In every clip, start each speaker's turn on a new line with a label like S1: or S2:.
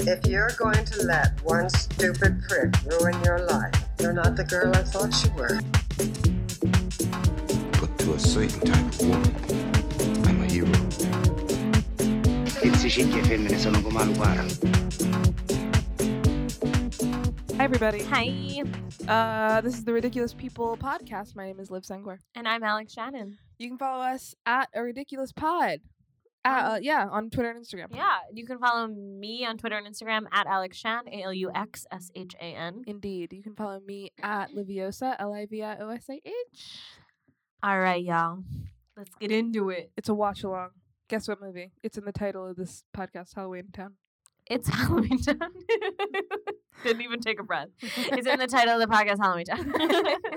S1: If you're going to let one stupid prick ruin your life, you're not the girl I thought you were.
S2: But to a certain type of woman, I'm a hero.
S3: Zicicchie femmine sono come Alucara.
S4: Hi, everybody.
S5: Hi,
S4: Uh, this is the Ridiculous People podcast. My name is Liv Sengor.
S5: and I'm Alex Shannon.
S4: You can follow us at a Ridiculous Pod. Uh, uh, yeah, on Twitter and Instagram.
S5: Um, Yeah, you can follow me on Twitter and Instagram at Alex Shan, A L U X S H A N.
S4: Indeed. You can follow me at Liviosa, L I V I O S I H.
S5: All right, y'all. Let's get into it.
S4: It's a watch along. Guess what movie? It's in the title of this podcast, Halloween Town.
S5: It's Halloween Town. Didn't even take a breath. It's in the title of the podcast, Halloween Town.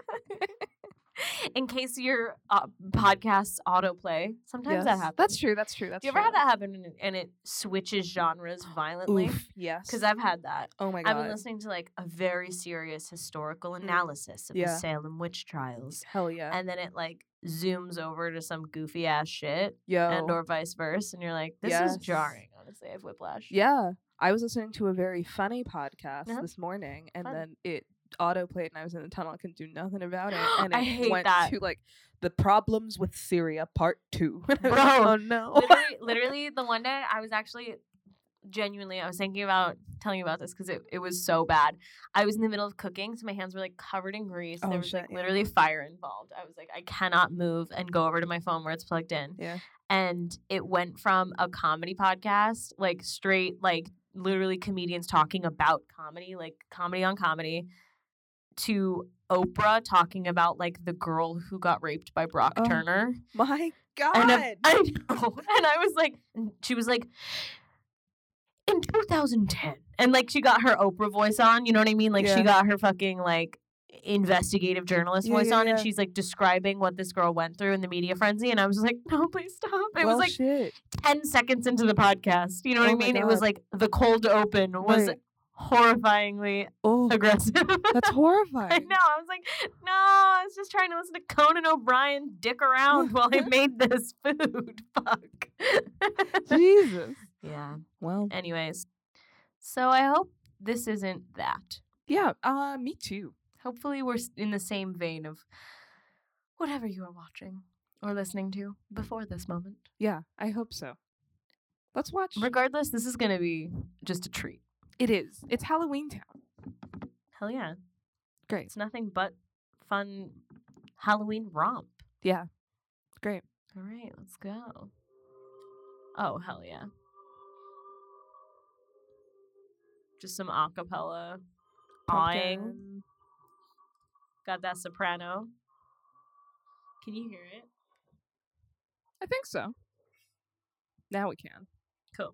S5: in case your uh, podcasts autoplay, sometimes that
S4: Yes.
S5: happens.
S4: That's true. That's true. That's
S5: Do you ever
S4: true.
S5: have that happen and it- and it switches genres violently?
S4: Oof, yes.
S5: Because I've had that.
S4: Oh my god.
S5: I've been listening to like a very serious historical analysis of
S4: Mm-hmm. Yeah.
S5: the Salem witch trials,
S4: Hell yeah.
S5: and then it like zooms over to some goofy ass shit,
S4: Yo.
S5: and or vice versa, and you're like, this is
S4: Oh. Yes.
S5: jarring. Honestly, I have whiplash.
S4: Yeah. I was listening to a very funny podcast
S5: Uh-huh.
S4: this morning and
S5: Fun.
S4: then it autoplayed and I was in the tunnel. I couldn't do nothing about it. And
S5: I
S4: it
S5: hate
S4: went
S5: that.
S4: to like the problems with Syria part two. And I was
S5: Bro,
S4: like, oh no.
S5: literally, literally, the one day I was actually genuinely, I was thinking about telling you about this because it, it was so bad. I was in the middle of cooking, so my hands were like covered in grease. and
S4: Oh,
S5: there was
S4: shit,
S5: like
S4: yeah.
S5: literally fire involved. I was like, I cannot move and go over to my phone where it's plugged in.
S4: Yeah.
S5: And it went from a comedy podcast, like straight, like literally comedians talking about comedy, like comedy on comedy, to Oprah talking about like the girl who got raped by Brock
S4: Oh.
S5: Turner.
S4: My God.
S5: And I, I know. And I was like, and she was like, in 2010. And like, she got her Oprah voice on. You know what I mean? Like,
S4: Yeah.
S5: she got her fucking like investigative journalist
S4: Yeah,
S5: voice
S4: yeah,
S5: on. And
S4: yeah.
S5: she's like describing what this girl went through in the media frenzy. And I was like, no, please stop. It
S4: well,
S5: was like
S4: shit.
S5: 10 seconds into the podcast. You know what
S4: Oh
S5: I
S4: my
S5: mean? It was
S4: God.
S5: like the cold open was
S4: Right.
S5: horrifyingly
S4: Oh,
S5: aggressive.
S4: that's
S5: I
S4: horrifying.
S5: know. I was like, no, I was just trying to listen to Conan O'Brien dick around while I made this food. Fuck.
S4: Jesus.
S5: yeah.
S4: Well,
S5: Anyways, so I hope this isn't that.
S4: yeah. Uh, me too.
S5: Hopefully, we're s- in the same vein of whatever you are watching or listening to before this moment.
S4: Yeah, I hope so. Let's watch.
S5: Regardless, this is going to be just a treat.
S4: it is. It's Halloween Town.
S5: Hell yeah.
S4: Great.
S5: It's nothing but fun Halloween romp.
S4: Yeah. Great.
S5: All right, let's go. Oh, hell yeah. Just some acapella. Awing.
S4: Pumpkin.
S5: Got that soprano. Can you hear it?
S4: I think so. Now we can.
S5: Cool.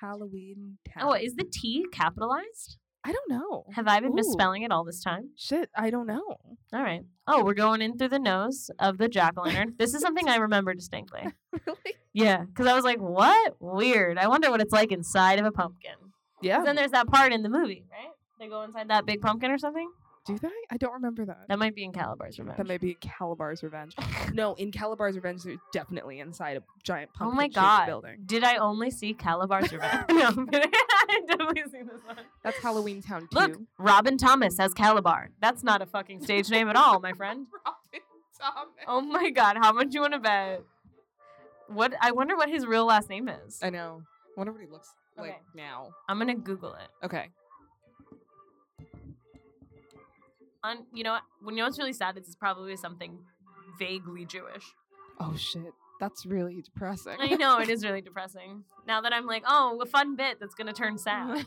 S4: Halloween Town.
S5: Oh, is the T capitalized?
S4: I don't know.
S5: Have I been
S4: Ooh.
S5: misspelling it all this time?
S4: Shit, I don't know.
S5: All right. Oh, we're going in through the nose of the jack o' lantern. this is something I remember distinctly.
S4: really?
S5: Yeah, because I was like, what? Weird. I wonder what it's like inside of a pumpkin. 'Cause
S4: Yeah.
S5: Then there's that part in the movie, right? They go inside that big pumpkin or something?
S4: Do they? I don't remember that.
S5: That might be in Calabar's Revenge.
S4: That may be in Calabar's Revenge. no, in Calabar's Revenge, they're definitely inside a giant
S5: Oh
S4: pumpkin
S5: my god.
S4: building.
S5: Did I only see Calabar's Revenge? no, I'm kidding. I definitely seen this one.
S4: That's Halloween Town too.
S5: Look, Robin Thomas as Calabar. That's not a fucking stage name at all, my friend. Oh my god, how much you want to bet? What I wonder what his real last name is.
S4: I know. Wonder what he looks like
S5: Okay.
S4: now.
S5: I'm gonna Google it.
S4: Okay.
S5: On you know what? When you know what's really sad is it's probably something vaguely Jewish.
S4: Oh shit. That's really depressing.
S5: I know it is really depressing. Now that I'm like, oh, a fun bit that's gonna turn sad.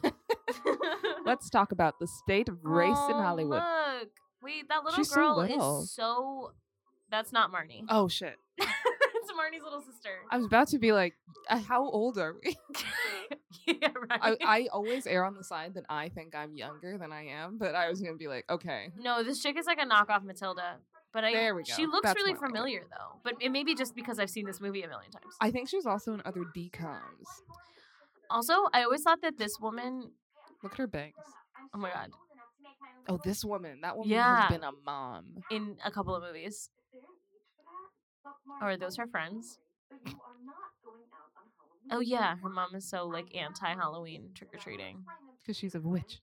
S4: Let's talk about the state of race in
S5: Oh,
S4: Hollywood.
S5: Look, wait, that little
S4: She's so
S5: girl
S4: little.
S5: is so. That's not Marnie.
S4: Oh shit.
S5: it's Marnie's little sister.
S4: I was about to be like, "Uh, how old are we?
S5: yeah, right.
S4: I, I always err on the side that I think I'm younger than I am, but I was gonna be like, okay,
S5: no, this chick is like a knockoff Matilda. But I,
S4: There we
S5: she
S4: go.
S5: looks
S4: That's
S5: really
S4: more like it.
S5: familiar though. But it may be just because I've seen this movie a million times.
S4: I think she was also in other decoms.
S5: also, I always thought that this woman.
S4: Look at her bangs.
S5: Oh my god!
S4: Oh, this woman. That woman
S5: Yeah.
S4: has been a mom.
S5: In a couple of movies, or are those her friends? Oh yeah, her mom is so like anti Halloween trick or treating.
S4: because she's a witch.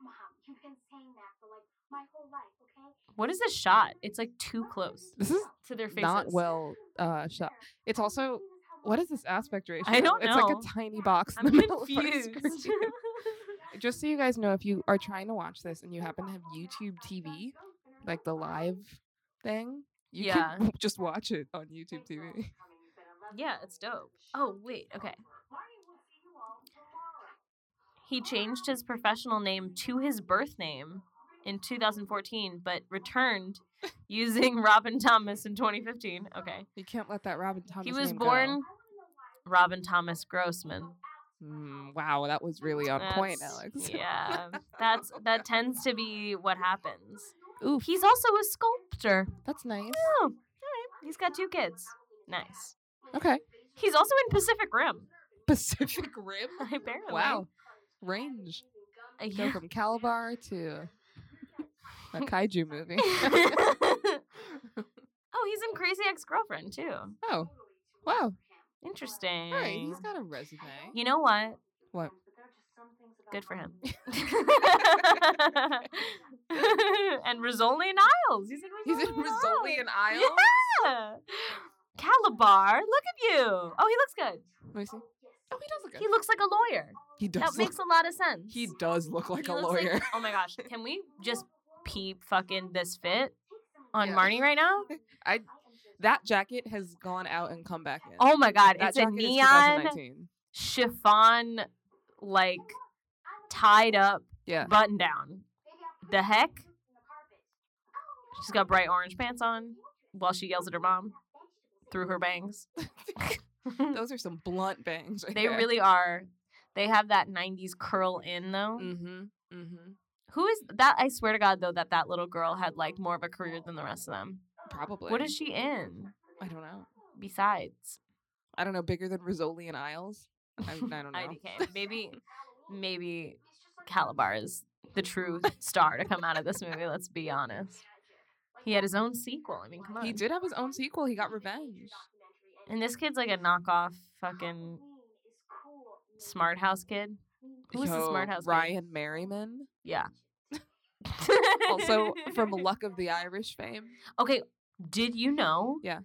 S6: Mom, you've been saying that for like my whole life, okay?
S5: What is this shot? It's like too close
S4: This is
S5: to their faces.
S4: not well uh, shot. It's also what is this aspect ratio?
S5: I don't
S4: It's like
S5: know.
S4: a tiny box. In
S5: I'm
S4: the middle of our
S5: confused.
S4: screen. Just so you guys know, if you are trying to watch this and you happen to have YouTube TV, like the live thing, you
S5: Yeah.
S4: can just watch it on YouTube TV.
S5: yeah, it's dope. Oh wait, okay. He changed his professional name to his birth name in 2014, but returned using Robin Thomas in 2015. Okay.
S4: You can't let that Robin Thomas.
S5: he was
S4: name go.
S5: born Robin Thomas Grossman.
S4: Mm, wow, that was really on point,
S5: That's-
S4: Alex.
S5: Yeah. That's that tends to be what happens.
S4: Ooh,
S5: He's also a sculptor.
S4: that's nice.
S5: Oh, all right. He's got two kids. Nice.
S4: Okay,
S5: He's also in Pacific Rim.
S4: Pacific Rim.
S5: Apparently.
S4: Wow, range.
S5: Uh,
S4: Go
S5: yeah.
S4: from Calabar to a kaiju movie.
S5: oh, he's in Crazy Ex-Girlfriend too.
S4: oh, wow.
S5: Interesting.
S4: All right, he's got a resume.
S5: you know what?
S4: What?
S5: Good for him. and Rizzoli and Isles. He's in Rizzoli.
S4: He's in
S5: and
S4: Rizzoli and Isles.
S5: Yeah. Calabar, look at you. Oh, he looks good.
S4: Let me see. Oh, he does look good.
S5: He looks like a lawyer.
S4: He does
S5: That
S4: look.
S5: makes a lot of sense.
S4: he does look like
S5: He
S4: a
S5: looks like-
S4: lawyer.
S5: oh my gosh, can we just pee fucking this fit on
S4: Yeah.
S5: Marnie right now?
S4: I that jacket has gone out and come back in.
S5: Oh my god,
S4: that
S5: it's a
S4: jacket
S5: neon
S4: Is 2019.
S5: chiffon like tied up
S4: Yeah.
S5: button down. The heck? She's got bright orange pants on while she yells at her mom through her bangs.
S4: Those are some blunt bangs. Right
S5: they really are. They have that 90s curl in though.
S4: Mm-hmm. Mm-hmm.
S5: Who is that? I swear to God though that that little girl had like more of a career than the rest of them.
S4: Probably.
S5: What is she in
S4: I don't know.
S5: besides?
S4: I don't know. Bigger than Rizzoli and Isles. I, I don't know.
S5: IDK. eh, Maybe, maybe Calabar is the true star to come out of this movie. Let's be honest. He had his own sequel. I mean, come on.
S4: He did have his own sequel. He got revenge.
S5: And this kid's like a knockoff fucking smart house kid. Who was the
S4: Yo,
S5: smart house kid?
S4: Ryan Merriman,
S5: Yeah.
S4: also from Luck of the Irish fame.
S5: Okay, did you know?
S4: Yeah.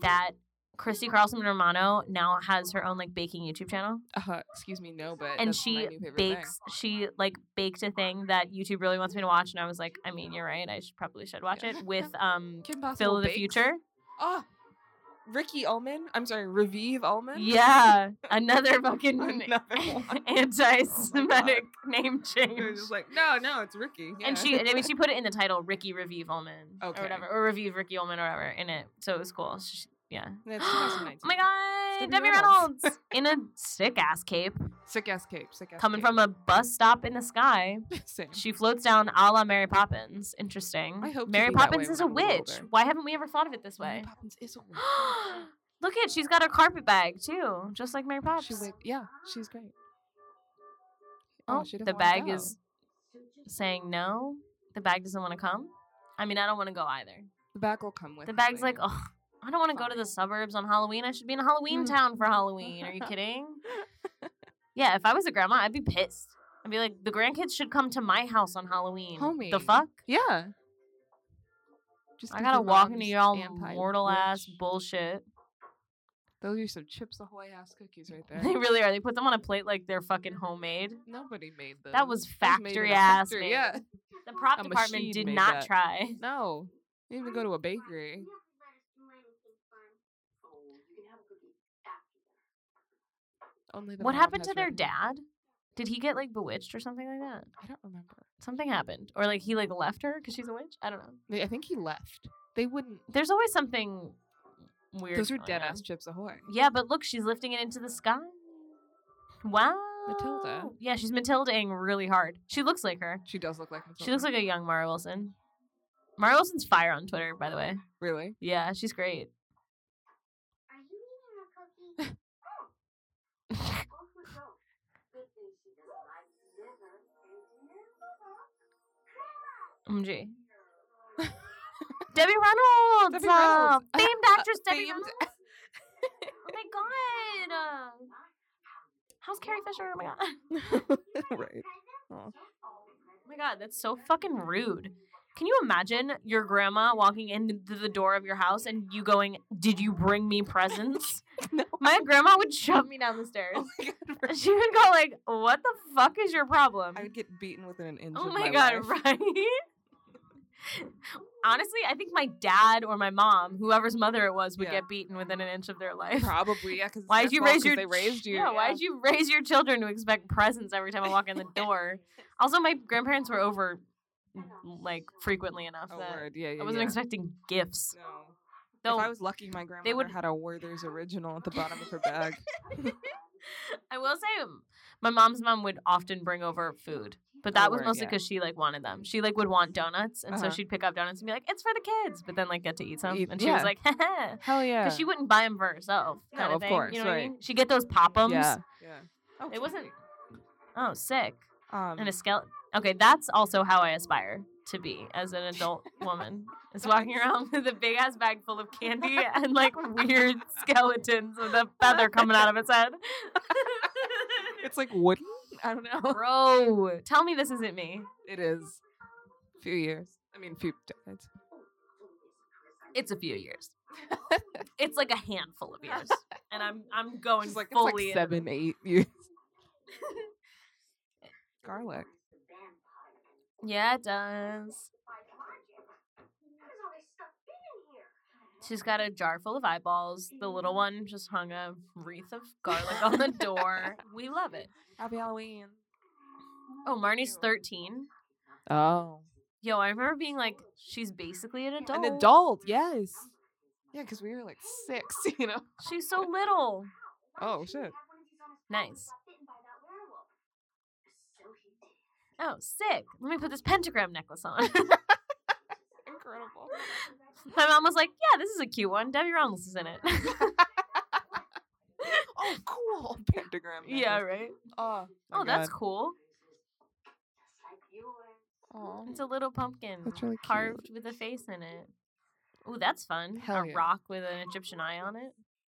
S5: That Christy Carlson Romano now has her own like baking YouTube channel,
S4: Uh, excuse me, no, but
S5: and
S4: that's my
S5: she
S4: new favorite thing.
S5: bakes. She like baked a thing that YouTube really wants me to watch, and I was like, I mean, you're right. I should probably should watch
S4: Yeah.
S5: it with um
S4: Kim Possible
S5: Phil of the
S4: bakes.
S5: Future.
S4: Oh, Ricky Ullman. I'm sorry, Revive Ullman.
S5: Yeah, another fucking
S4: Another one.
S5: anti-Semitic name change.
S4: It was just like, no, no, it's Ricky.
S5: And
S4: yeah.
S5: she, and I mean, she put it in the title, Ricky Revive Ullman,
S4: Okay.
S5: or whatever, or Revive Ricky Ullman, or whatever, in it. So it was cool. She, yeah.
S4: That's
S5: oh
S4: 2019.
S5: my god,
S4: Debbie
S5: Debbie Reynolds,
S4: Reynolds.
S5: in a sick ass cape,
S4: sick ass cape, sick ass
S5: coming
S4: cape.
S5: from a bus stop in the sky.
S4: Same.
S5: She floats down, a la Mary Poppins. Interesting.
S4: I hope to
S5: Mary
S4: be that way
S5: Poppins
S4: when
S5: is a
S4: I'm a little
S5: witch.
S4: older.
S5: Why haven't we ever thought of it this
S4: Mary
S5: way?
S4: Poppins is a witch.
S5: Look at, she's got her carpet bag too, just like Mary Poppins.
S4: She went, yeah, she's great.
S5: Oh,
S4: she doesn't
S5: the
S4: wanna
S5: bag
S4: go.
S5: is saying no. The bag doesn't want to come. I mean, I don't want to go either.
S4: The bag will come with.
S5: The
S4: her
S5: bag's like,
S4: later.
S5: oh, I don't want to go to the suburbs on Halloween. I should be in a Halloween
S4: Mm.
S5: town for Halloween. Are you kidding? yeah, if I was a grandma, I'd be pissed. I'd be like, the grandkids should come to my house on Halloween. The
S4: Homie,
S5: fuck?
S4: yeah. Just
S5: I
S4: 'cause
S5: gotta
S4: your
S5: walk
S4: mom's
S5: into y'all
S4: anti-
S5: mortal ass
S4: witch.
S5: bullshit.
S4: Those are some Chips Ahoy ass cookies right there.
S5: They really are. They put them on a plate like they're fucking homemade.
S4: Nobody made those.
S5: That was
S4: Those made in
S5: factory
S4: a
S5: ass
S4: factory,
S5: made.
S4: Yeah.
S5: The prop
S4: A
S5: department
S4: machine
S5: did
S4: made
S5: not
S4: that.
S5: try.
S4: No. They didn't even go to a bakery. Only the
S5: What
S4: mom
S5: happened
S4: has
S5: to their
S4: red-
S5: dad? Did he get like bewitched or something like that?
S4: I don't remember.
S5: Something happened, or like he like left her because she's a witch. I don't know.
S4: They- I think he left. They wouldn't.
S5: There's always something weird.
S4: Those are
S5: going
S4: dead
S5: on.
S4: ass Chips Ahoy.
S5: Yeah, but look, she's lifting it into the sky. Wow. Yeah, she's Matildaing really hard. She looks like her.
S4: She does look like.
S5: She looks like a young Mara Wilson. Mara Wilson's fire on Twitter, by the way.
S4: really.
S5: Yeah, she's great.
S4: Oh,
S5: MG. Mm, Debbie Reynolds.
S4: Debbie Reynolds.
S5: uh, Famed actress Debbie
S4: Famed-
S5: Reynolds. Oh my god. Uh, How's Carrie Fisher? Oh my god. Oh
S4: right. Aw.
S5: my god, that's so fucking rude. Can you imagine your grandma walking into the door of your house and you going, "Did you bring me presents?"
S4: No.
S5: My grandma would shove me down the stairs.
S4: Oh my god, right.
S5: she would go like, "What the fuck is your problem?"
S4: I would get beaten within an inch.
S5: Oh
S4: of
S5: my,
S4: my life.
S5: god, right? Honestly, I think my dad or my mom, whoever's mother it was, would
S4: Yeah.
S5: get beaten within an inch of their life.
S4: Probably, yeah. Because
S5: Why'd you raise your
S4: They raised you.
S5: Yeah, why'd you raise your children to expect presents every time I walk in the door? also, my grandparents were over like frequently enough
S4: Oh,
S5: that
S4: word. Yeah, yeah.
S5: I wasn't
S4: yeah.
S5: expecting gifts.
S4: No.
S5: Though
S4: if I was lucky, my grandmother
S5: would-
S4: had a Werther's original at the bottom of her bag.
S5: I will say um, my mom's mom would often bring over food, but that was
S4: Oh, word,
S5: mostly
S4: yeah.
S5: because she like wanted them. She like would want donuts, and so
S4: Uh-huh.
S5: she'd pick up donuts and be like, "It's for the kids," but then like get to eat some,
S4: Eat-
S5: and she
S4: yeah.
S5: was like, "Because
S4: Hell yeah.
S5: she wouldn't buy them for herself."
S4: No,
S5: kinda
S4: of
S5: thing,
S4: course,
S5: you know what I
S4: right.
S5: mean? She get those pop ums.
S4: Yeah. Yeah. Oh,
S5: It wasn't. Oh, sick.
S4: Um,
S5: and a skeleton. Okay, that's also how I aspire to be as an adult woman. Is walking around with a big ass bag full of candy and like weird skeletons with a feather coming out of its head.
S4: it's like wooden. I don't know.
S5: Bro, tell me this isn't me.
S4: It is. Few years. I mean, few decades.
S5: It's a few years. it's like a handful of years, and I'm I'm going
S4: It's like, it's
S5: fully.
S4: like
S5: in.
S4: seven, eight years. Garlic.
S5: Yeah, it does. She's got a jar full of eyeballs. The little one just hung a wreath of garlic on the door. We love it.
S4: Happy Halloween.
S5: Oh, Marnie's 13.
S4: Oh.
S5: Yo, I remember being like, she's basically an adult.
S4: An adult, yes. Yeah, because we were like six, you know.
S5: She's so little.
S4: Oh shit.
S5: Nice. Oh, sick. Let me put this pentagram necklace on.
S4: Incredible.
S5: My mom was like, yeah, this is a cute one. Debbie Reynolds is in it.
S4: Oh, cool. Pentagram.
S5: yeah,
S4: necklace.
S5: right?
S4: Oh, my
S5: Oh, that's
S4: God.
S5: cool.
S4: Aw.
S5: It's a little pumpkin
S4: That's really cute.
S5: carved with a face in it. Oh, that's fun.
S4: Hell
S5: a
S4: yeah.
S5: rock with an Egyptian eye on it.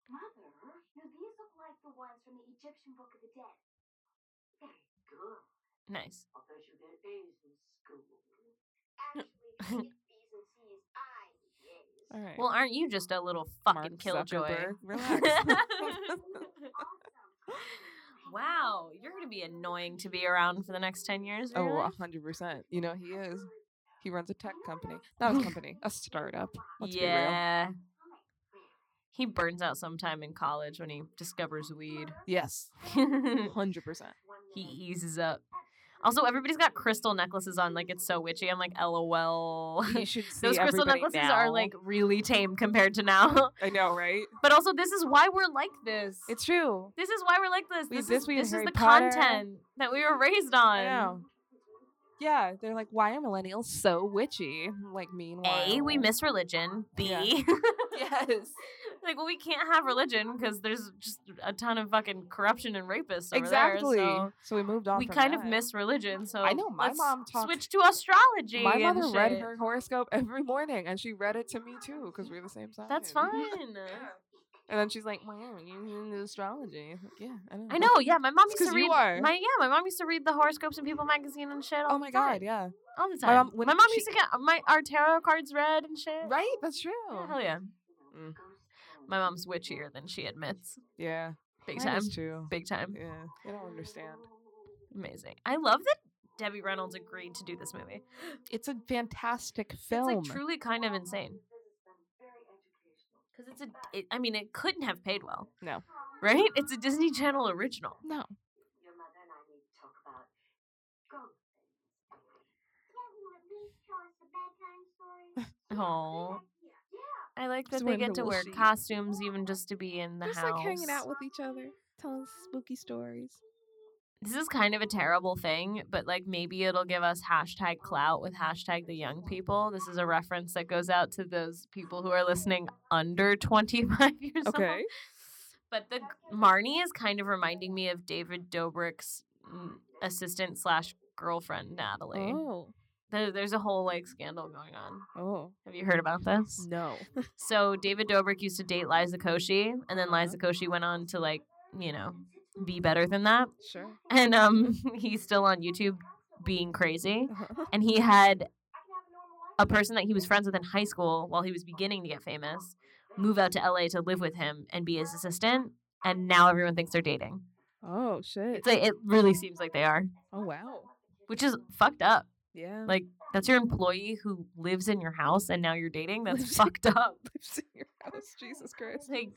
S6: Mother, now these look like the ones from the Egyptian Book of the Dead. Very good.
S5: Nice.
S6: I'll bet you get A's in school. Actually, I get B's and C's. I get A's.
S4: All right.
S5: Well, aren't you just a little fucking
S4: Mark
S5: killjoy?
S4: Zuckerberg, relax.
S5: wow, you're going to be annoying to be around for the next 10 years. of
S4: Oh,
S5: your
S4: a
S5: life.
S4: hundred percent. You know he is. He runs a tech company, not a company, a startup. Let's
S5: yeah. He burns out sometime in college when he discovers weed.
S4: be real. Yes,
S5: he
S4: hundred percent.
S5: eases up. Also, everybody's got crystal necklaces on, like it's so witchy. I'm like, lol.
S4: You should see
S5: Those crystal
S4: everybody
S5: necklaces
S4: now.
S5: are like really tame compared to now.
S4: I know, right?
S5: but also, this is why we're like this.
S4: It's true.
S5: this is why we're like this.
S4: We-
S5: this
S4: this
S5: is,
S4: we had
S5: this is
S4: Harry
S5: the
S4: Potter.
S5: content that we were raised on.
S4: I know. Yeah, they're like, why are millennials so witchy? Like, meanwhile,
S5: A, we miss religion. B,
S4: Yeah. Yes.
S5: like, well, we can't have religion because there's just a ton of fucking corruption and rapists over
S4: Exactly.
S5: there. So.
S4: so we moved on.
S5: we
S4: from
S5: kind of
S4: that.
S5: miss religion. So
S4: I know, my
S5: let's
S4: mom talks-
S5: switch to astrology.
S4: My
S5: and
S4: mother read
S5: shit.
S4: her horoscope every morning, and she read it to me too because we're the same sign.
S5: That's fine.
S4: And then she's like, "Wow, you're into astrology?" I'm like, yeah, I know.
S5: I know. Yeah, my mom
S4: It's
S5: used to
S4: 'cause
S5: read.
S4: you are.
S5: My yeah, my mom used to read the horoscopes in People magazine and shit. All
S4: Oh my
S5: the time.
S4: god, yeah.
S5: all the time.
S4: My
S5: My
S4: mom-
S5: mom,
S4: when she-
S5: used to get my our tarot cards read and shit.
S4: Right? That's true.
S5: Yeah, hell yeah.
S4: Mm.
S5: My mom's witchier than she admits.
S4: Yeah.
S5: Big
S4: mine
S5: time.
S4: is too.
S5: Big time.
S4: Yeah. They don't understand.
S5: Amazing. I love that Debbie Reynolds agreed to do this movie.
S4: It's a fantastic
S5: It's like truly kind of insane. Because it's a, it, I mean, it couldn't have paid well.
S4: No.
S5: Right? It's a Disney Channel original.
S4: no.
S6: Your mother and I need to talk about ghosts.
S5: Oh, I like
S4: Just
S5: that
S4: wear
S5: they
S4: a
S5: get to
S4: little
S5: wear
S4: sheet.
S5: costumes even just to be in the
S4: Just
S5: house.
S4: like hanging out with each other, telling spooky stories.
S5: This is kind of a terrible thing, but like maybe it'll give us hashtag clout with hashtag the young people. This is a reference that goes out to those people who are listening under 25 years old.
S4: Okay.
S5: But the Marnie is kind of reminding me of David Dobrik's mm, assistant slash girlfriend Natalie.
S4: Oh.
S5: There, there's a whole like scandal going on.
S4: Oh
S5: Have you heard about this?
S4: no.
S5: So David Dobrik used to date Liza Koshy, and then Liza Koshy went on to like you know be better than that,
S4: Sure.
S5: and um he's still on YouTube being crazy,
S4: Uh-huh.
S5: and he had a person that he was friends with in high school while he was beginning to get famous move out to LA to live with him and be his assistant, and now everyone thinks they're dating.
S4: Oh shit.
S5: It's like, it really seems like they are,
S4: oh wow.
S5: which is fucked up.
S4: Yeah.
S5: Like that's your employee who lives in your house and now you're dating. That's
S4: Lives-
S5: fucked up.
S4: lives in your house. Jesus
S5: It's
S4: Christ.
S5: Like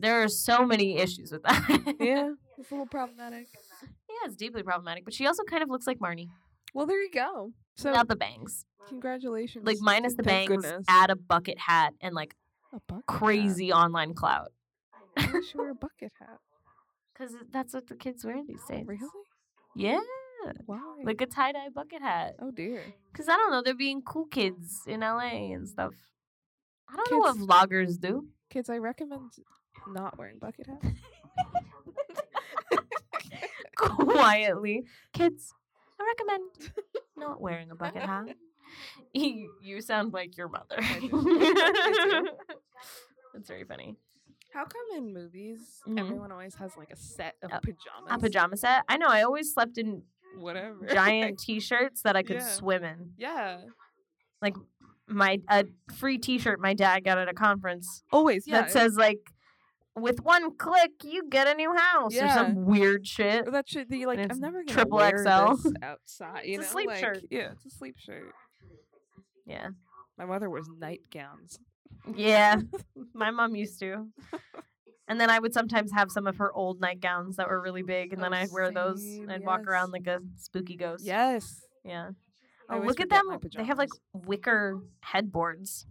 S5: there are so many issues with that.
S4: Yeah. It's a little problematic.
S5: Yeah, it's deeply problematic. But she also kind of looks like Marnie
S4: Well, there you go. So
S5: without the bangs,
S4: congratulations.
S5: like minus the
S4: thank
S5: bangs,
S4: goodness.
S5: add a bucket hat and like
S4: a bucket hat.
S5: crazy online clout.
S4: I wish you were a bucket hat.
S5: Because that's what the kids wear these days.
S4: Really?
S5: Yeah,
S4: Why?
S5: like a tie dye bucket hat.
S4: oh dear.
S5: Because I don't know, they're being cool kids in LA and stuff. I don't
S4: Kids-
S5: know what vloggers do.
S4: Kids, I recommend not wearing bucket hats.
S5: quietly. Kids, I recommend not wearing a bucket hat. you, you sound like your mother.
S4: I
S5: That's very funny.
S4: How come in movies
S5: Mhm.
S4: everyone always has like a set of
S5: A-
S4: pajamas?
S5: A pajama set. I know. I always slept in
S4: Whatever.
S5: giant t-shirts that I could
S4: Yeah.
S5: swim in.
S4: yeah.
S5: My a free t-shirt my dad got at a conference
S4: Always. Yeah.
S5: that says like, with one click you get a new house or
S4: Yeah.
S5: some weird shit.
S4: Or that shit that you like.
S5: And
S4: I'm
S5: it's
S4: never gonna
S5: triple
S4: wear
S5: XL.
S4: this outside. You
S5: It's a
S4: know,
S5: sleep
S4: like,
S5: shirt.
S4: Yeah, it's a sleep shirt.
S5: Yeah.
S4: My mother wears nightgowns.
S5: Yeah, my mom used to. And then I would sometimes have some of her old nightgowns that were really big, and then
S4: Oh,
S5: I'd wear those
S4: same,
S5: and I'd walk
S4: yes.
S5: around like a spooky ghost.
S4: Yes.
S5: Yeah.
S4: I
S5: Oh,
S4: always
S5: look at
S4: forget
S5: them.
S4: my
S5: They have like
S4: pajamas.
S5: wicker headboards.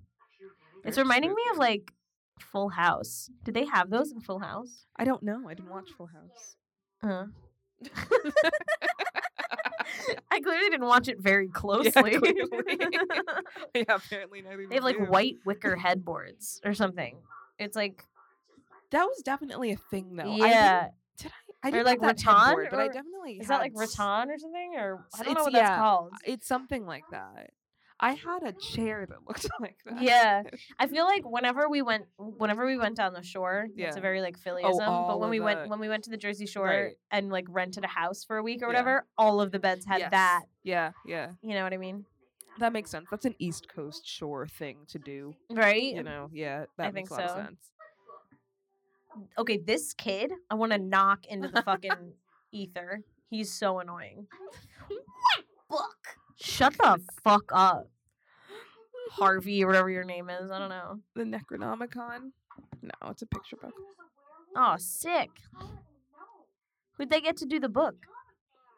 S5: it's
S4: They're
S5: reminding me of
S4: spooky.
S5: like Full House. Did they have those in Full House?
S4: I don't know. I didn't watch Full House.
S5: Uh. I clearly didn't watch it very closely.
S4: clearly. yeah, apparently neither.
S5: Oh, they have like white wicker headboards or something. It's like
S4: That was definitely a thing though. I
S5: yeah,
S4: didn't, did I? I
S5: Or,
S4: didn't
S5: like,
S4: have that
S5: rattan,
S4: headboard, but I
S5: or-
S4: definitely
S5: Is that like
S4: had s-
S5: rattan or something? Or I
S4: s-
S5: don't know
S4: it's-
S5: what
S4: yeah,
S5: that's called.
S4: It's something like that. I had a chair that looked like that.
S5: Yeah. I feel like whenever we went, whenever we went down the shore, it's
S4: Yeah. Oh,
S5: a very like Phillyism. but
S4: all
S5: when
S4: of
S5: we
S4: the-
S5: went, when we went to the Jersey Shore
S4: Right.
S5: and like rented a house for a week or
S4: Yeah.
S5: whatever, all of the beds had
S4: Yes.
S5: that.
S4: Yeah. Yeah.
S5: You know what I mean?
S4: That makes sense. That's an East Coast shore thing to do.
S5: Right?
S4: You know, yeah, that
S5: think
S4: makes a lot
S5: so.
S4: of sense.
S5: Okay, this kid, I want to knock into the fucking ether. He's so annoying. what book? Shut the fuck up, Harvey or whatever your name is. I don't know.
S4: The Necronomicon. No, it's a picture book.
S5: Oh, sick. Who'd they get to do the book?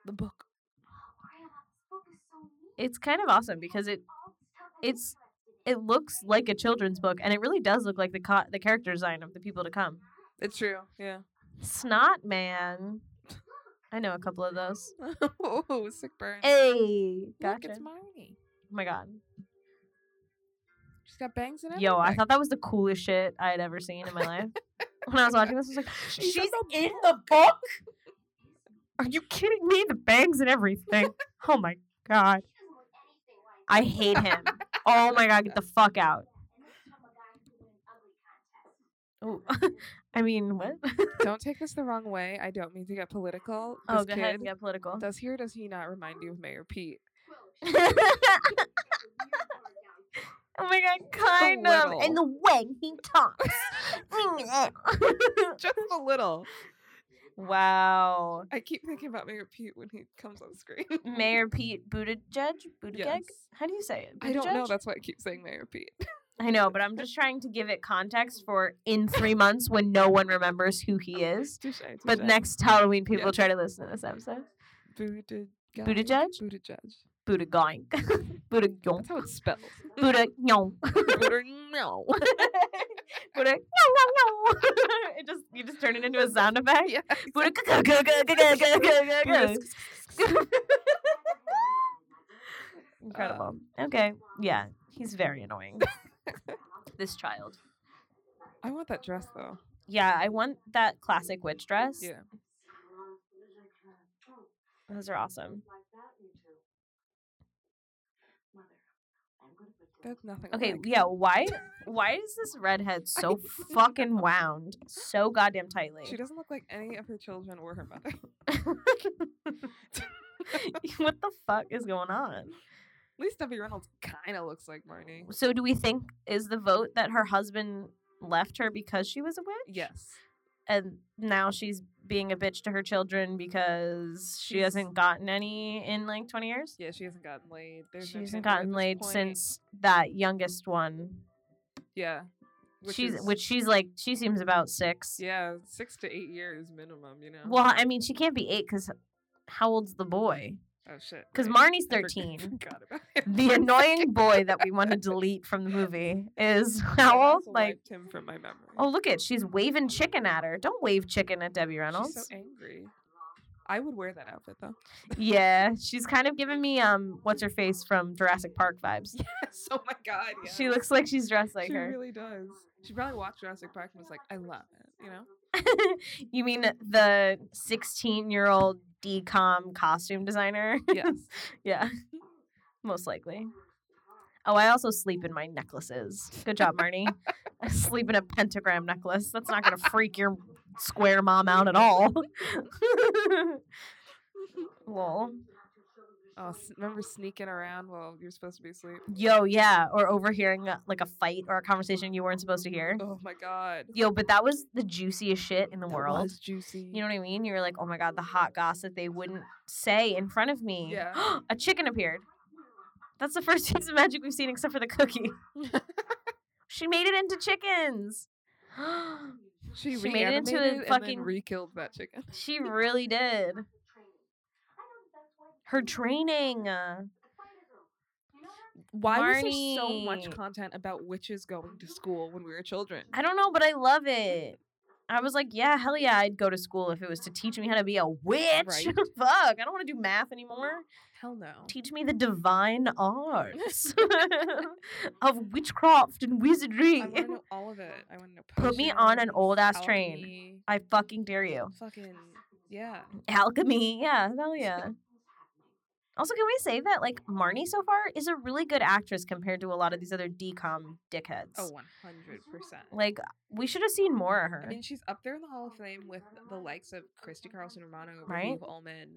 S4: The book.
S5: It's kind of awesome because it it's it looks like a children's book and it really does look like the co- the character design of the people to come.
S4: It's true. Yeah.
S5: Snot man. I know a couple of those.
S4: oh, sick burn.
S5: Hey,
S4: Look,
S5: gotcha.
S4: it's
S5: Oh
S4: Marnie.
S5: my god.
S4: She's got bangs in it.
S5: Yo, I thought that was the coolest shit I had ever seen in my life. when I was watching this, I was like,
S4: She's
S5: she's,
S4: in
S5: in the book? Are you kidding me? The bangs and everything. oh my god. I hate him. oh my god, get the fuck out. Oh, I mean, what?
S4: don't take this the wrong way. I don't mean to get political. This
S5: oh, go ahead and
S4: kid,
S5: get political.
S4: Does he or does he not remind you of Mayor Pete?
S5: oh my god, kind of.
S4: little.
S5: And the way he talks.
S4: Just a little.
S5: wow.
S4: I keep thinking about Mayor Pete when he comes on screen.
S5: Mayor Pete Buttigieg? Buttigieg?
S4: Yes.
S5: How do you say it?
S4: I don't know.
S5: Buttigieg?
S4: That's why I keep saying Mayor Pete.
S5: I know, but I'm just trying to give it context for in three months when no one remembers who he is.
S4: Touche,
S5: But
S4: touche.
S5: next Halloween, people
S4: Yeah.
S5: try to listen to this episode.
S4: Buttigieg.
S5: Buttigieg?
S4: Buttigieg.
S5: Buddha going. Buddha going.
S4: That's how it's spelled.
S5: Buddha no.
S4: no.
S5: Buddha no no no. It just you just turn it into a sound effect.
S4: yeah.
S5: Buddha go go go go go go go go.
S4: Buddha-
S5: Incredible. Okay. Yeah. He's very annoying. this child.
S4: I want that dress though.
S5: Yeah, I want that classic witch dress.
S4: Yeah.
S5: Those are awesome.
S4: That's nothing.
S5: Okay,
S4: like.
S5: yeah, why why is this redhead so fucking wound so goddamn tightly?
S4: She doesn't look like any of her children or her mother.
S5: what the fuck is going on?
S4: At least Debbie Reynolds kind of looks like Marnie.
S5: So do we think is the vote that her husband left her because she was a witch?
S4: Yes.
S5: And now she's being a bitch to her children because she
S4: She's-
S5: hasn't gotten any in like 20 years?
S4: Yeah, she hasn't gotten laid. There's
S5: she
S4: no
S5: hasn't
S4: Chandler at
S5: gotten
S4: this
S5: laid
S4: point.
S5: since that youngest one.
S4: Yeah.
S5: she's
S4: is-
S5: which she's like she seems about 6.
S4: Yeah, six to eight years minimum. You know.
S5: Well, I mean, she can't be 8 cuz how old's the boy?
S4: Oh shit.
S5: 'Cause
S4: right.
S5: Marnie's
S4: I for-
S5: 13.
S4: forgot about him
S5: the
S4: for a
S5: annoying
S4: second.
S5: boy that we want to delete from the movie is
S4: I
S5: how old?
S4: also
S5: Like,
S4: wiped him from my memory.
S5: oh look at she's waving chicken at her. Don't wave chicken at Debbie Reynolds.
S4: She's so angry. I would wear that outfit though.
S5: yeah, she's kind of giving me um, what's her face from Jurassic Park vibes.
S4: Yes. Oh my god. Yeah.
S5: She looks like she's dressed like
S4: she
S5: her.
S4: really does. She probably watched Jurassic Park and was like, "I love it," you know.
S5: you mean the sixteen-year-old decom costume designer?
S4: Yes.
S5: yeah, most
S4: Mm.
S5: likely. Oh, I also sleep in my necklaces. Good job, Marnie. I sleep in a pentagram necklace. That's not gonna freak your square mom out at all. Lol.
S4: Oh, s- remember sneaking around while you're supposed to be asleep?
S5: Yo, yeah, or overhearing uh, like a fight or a conversation you weren't supposed to hear.
S4: Oh my god.
S5: Yo, but that was the juiciest shit in the
S4: That
S5: world.
S4: was juicy.
S5: You know what I mean? You're like, oh my god, the hot goss that they wouldn't say in front of me.
S4: Yeah.
S5: a chicken appeared. That's the first piece of magic we've seen, except for the cookie. she made it into chickens.
S4: she,
S5: she made it into a
S4: reanimated and then
S5: fucking-
S4: re-killed that chicken.
S5: she really did. Her training. uh,
S4: Why was there so much
S5: Marnie.
S4: content about witches going to school when we were children?
S5: I don't know, but I love it. I was like, yeah, hell yeah, I'd go to school if it was to teach me how to be a witch.
S4: Right.
S5: Fuck, I don't want to do math anymore.
S4: Hell no.
S5: Teach me the divine arts of witchcraft and wizardry.
S4: I want to know all of it. I want to know.
S5: Put me on an
S4: potions,
S5: old-ass train.
S4: alchemy,
S5: I fucking dare you.
S4: Fucking yeah.
S5: Alchemy, yeah, hell yeah. Also, can we say that like Marnie so far is a really good actress compared to a lot of these other decom dickheads?
S4: Oh, one hundred percent.
S5: Like we should have seen more of her.
S4: I mean, she's up there in the Hall of Fame with the likes of Christy Carlson Romano,
S5: Right?
S4: Raviv Ullman.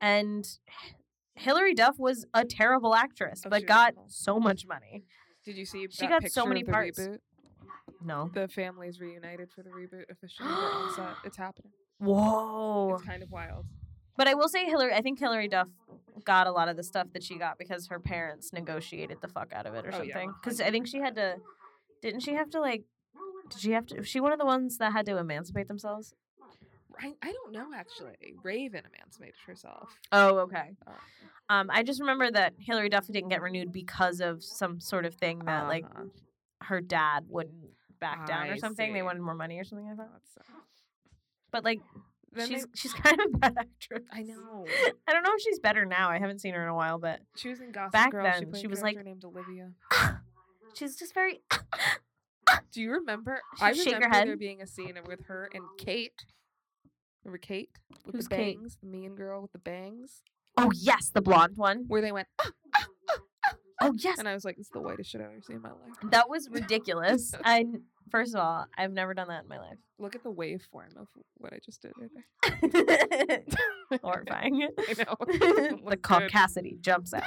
S5: and Hilary Duff was a terrible actress,
S4: Oh, she
S5: but
S4: was
S5: got
S4: awful.
S5: so much money.
S4: Did you see?
S5: She
S4: that
S5: got so
S4: picture
S5: many
S4: of the
S5: parts.
S4: Reboot?
S5: No.
S4: The family's reunited for the reboot officially. They're on set. It's happening.
S5: Whoa.
S4: It's kind of wild.
S5: But I will say Hillary I think Hillary Duff got a lot of the stuff that she got because her parents negotiated the fuck out of it or
S4: Oh, yeah,
S5: something. Because I think she had to didn't she have to like did she have to was she one of the ones that had to emancipate themselves?
S4: I, I don't know actually. Raven emancipated herself.
S5: Oh, okay.
S4: Uh,
S5: Um, I just remember that Hillary Duff didn't get renewed because of some sort of thing that like
S4: uh-huh.
S5: her dad wouldn't back down or
S4: I
S5: something. They
S4: see.
S5: wanted more money or something like that.
S4: That's, uh,
S5: But like
S4: then they-
S5: she's she's kind of a bad actress.
S4: I know.
S5: I don't know if she's better now. I haven't seen her in a while, but
S4: She was in Gossip
S5: Back
S4: Girl.
S5: then,
S4: she,
S5: she
S4: played a
S5: was, like-
S4: character named Olivia.
S5: she's just very.
S4: Do you remember?
S5: She
S4: I
S5: shake her
S4: remember there
S5: head.
S4: being a scene with her and Kate. Remember Kate with
S5: Who's
S4: the
S5: Kate?
S4: bangs, the mean girl with the bangs,
S5: oh yes, the blonde one.
S4: where they went, "Ah,"
S5: Oh yes,
S4: and I was like, "It's the whitest shit I've ever seen in my life."
S5: that was ridiculous. I n- first of all, I've never done that in my
S4: Look at the waveform of what I just did. Right there.
S5: life. Horrifying.
S4: I know. it doesn't
S5: the
S4: look good.
S5: caucasity jumps out.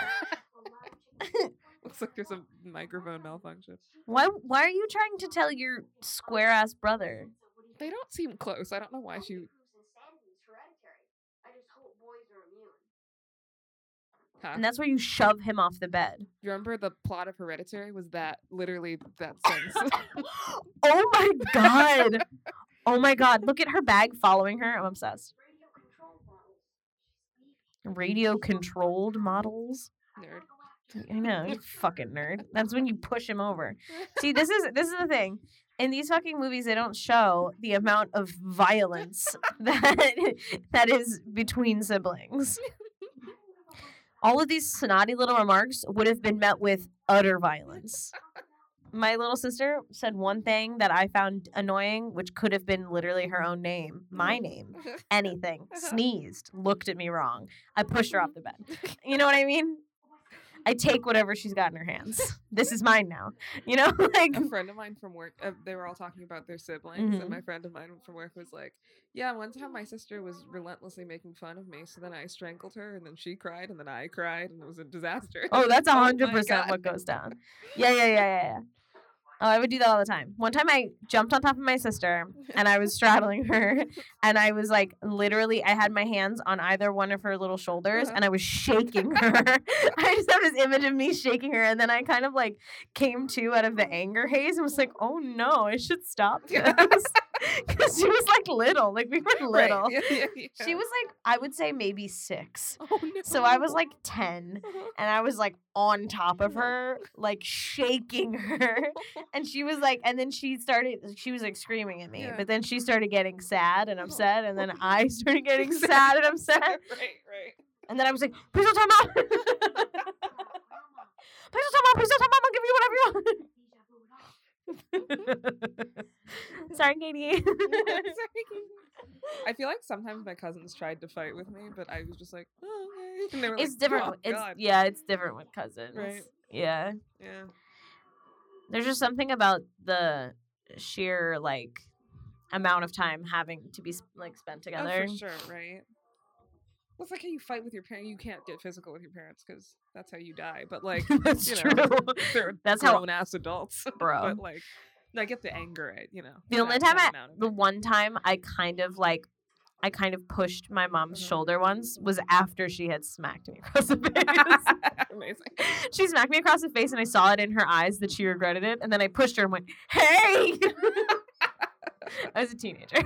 S4: Looks like there's a microphone malfunction.
S5: Why? Why are you trying to tell your square ass brother?
S4: They don't seem close. I don't know
S5: Oh,
S4: why she. Huh?
S5: And that's where you shove him off the bed.
S4: You remember the plot of Hereditary was that literally that sentence.
S5: oh my god. Oh my god. Look at her bag following her. I'm obsessed. Radio controlled models.
S4: Nerd.
S5: I know, you fucking nerd. That's when you push him over. See, this is this is the thing. In these fucking movies, they don't show the amount of violence that that is between siblings. All of these snotty little remarks would have been met with utter violence. My little sister said one thing that I found annoying, which could have been literally her own name, my name,
S4: Uh-huh.
S5: anything. Sneezed, looked at me wrong. I pushed her off the bed. You know what I mean? I take whatever she's got in her hands. this is mine now. You know, like
S4: a friend of mine from work uh, they were all talking about their siblings
S5: Mhm.
S4: and my friend of mine from work was like yeah one time my sister was relentlessly making fun of me so then i strangled her and then she cried and then i cried and it was a disaster
S5: Oh, that's a
S4: my
S5: hundred percent
S4: God.
S5: what goes down. Yeah, yeah, yeah, yeah, yeah. Oh, I would do that all the time. One time I jumped on top of my sister and I was straddling her and I was like literally I had my hands on either one of her little shoulders
S4: Uh-huh.
S5: and I was shaking her. I just have this image of me shaking her and then I kind of like came to out of the anger haze and was like, "Oh no, I should stop this." Cuz she was like little, like we were
S4: Right,
S5: little.
S4: yeah, yeah, yeah.
S5: She was like I would say maybe 6.
S4: oh, no.
S5: So I was like 10
S4: Uh-huh.
S5: and I was like on top of her, like shaking her. And she was like, and then she started, uh, she was like screaming at me.
S4: Yeah.
S5: But then she started getting sad and
S4: Oh.
S5: upset. And then I started getting
S4: Sad.
S5: sad and upset.
S4: right right
S5: And then I was like, please don't tell mom. please don't tell mom. Please don't tell mom. I'll give you whatever you want. Sorry, Katie.
S4: I feel like sometimes my cousins tried to fight with me, but I was just like, oh, okay. And they were
S5: it's
S4: like,
S5: different.
S4: "Oh,
S5: with- it's
S4: God."
S5: yeah, it's different with cousins.
S4: Right.
S5: Yeah.
S4: yeah.
S5: there's just something about the sheer like amount of time having to be s- like spent
S4: Oh,
S5: together.
S4: for sure, right? Well, it's like how you fight with your parents. You can't get physical with your parents because that's how you die. But like,
S5: That's
S4: you know,
S5: true.
S4: they're
S5: That's how-
S4: grown ass adults,
S5: Bro.
S4: But like, I get the anger. I, you know,
S5: The only time I the one time I kind of like I kind of pushed my mom's
S4: Mhm.
S5: shoulder once was after she had smacked me across the face.
S4: I amazing.
S5: she smacked me across the face and I saw it in her eyes that she regretted it and then I pushed her and went, "Hey!" I was a teenager.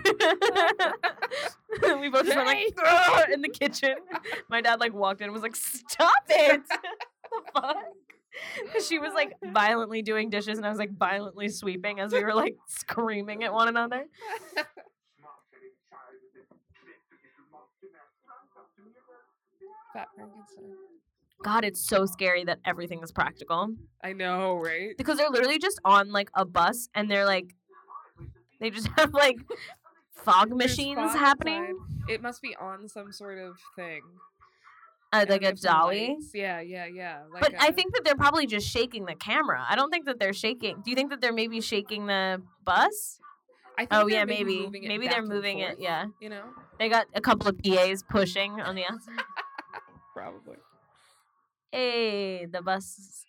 S5: we both just went like "Ugh," in the kitchen. My dad like walked in and was like, "Stop it!" the fuck? 'Cause she was like violently doing dishes and I was like violently sweeping as we were like screaming at one another.
S4: Fat Frankenstein.
S5: God, it's so scary that everything is practical.
S4: I know, right?
S5: because they're literally just on like a bus and they're like they just have like fog
S4: There's
S5: machines
S4: fog
S5: happening
S4: outside. It must be on some sort of thing.
S5: uh,
S4: and
S5: like
S4: they
S5: a
S4: have some
S5: dolly
S4: lights. Yeah, yeah, yeah. Like
S5: but I
S4: a-
S5: think that they're probably just shaking the camera i don't think that they're shaking do you think that they're maybe shaking the bus
S4: I think
S5: oh
S4: they're
S5: yeah maybe
S4: moving it
S5: maybe, they're
S4: back and
S5: moving it
S4: forth,
S5: yeah
S4: You know,
S5: they got a couple of pas pushing on the outside
S4: probably.
S5: hey the bus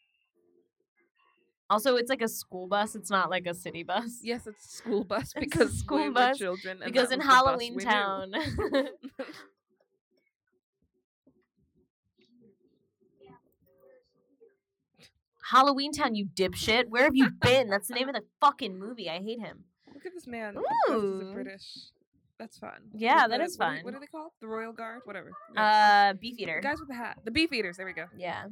S5: also it's like a school bus it's not like a city bus
S4: Yes, it's school bus
S5: a
S4: because
S5: school
S4: we were
S5: bus,
S4: children. and
S5: because
S4: that was
S5: in
S4: the bus
S5: halloween
S4: we knew.
S5: town Halloween Town, you dipshit. Where have you been? That's the name of the fucking movie. I hate him.
S4: Look at this man. obsessed as
S5: Ooh.
S4: a British. That's fun.
S5: Yeah,
S4: that
S5: that
S4: is
S5: is
S4: what are-
S5: fun.
S4: What are they called? The Royal Guard, whatever. Yeah.
S5: Uh,
S4: the
S5: Beefeater.
S4: guys with the hat, the beef eaters. There we go.
S5: Yeah.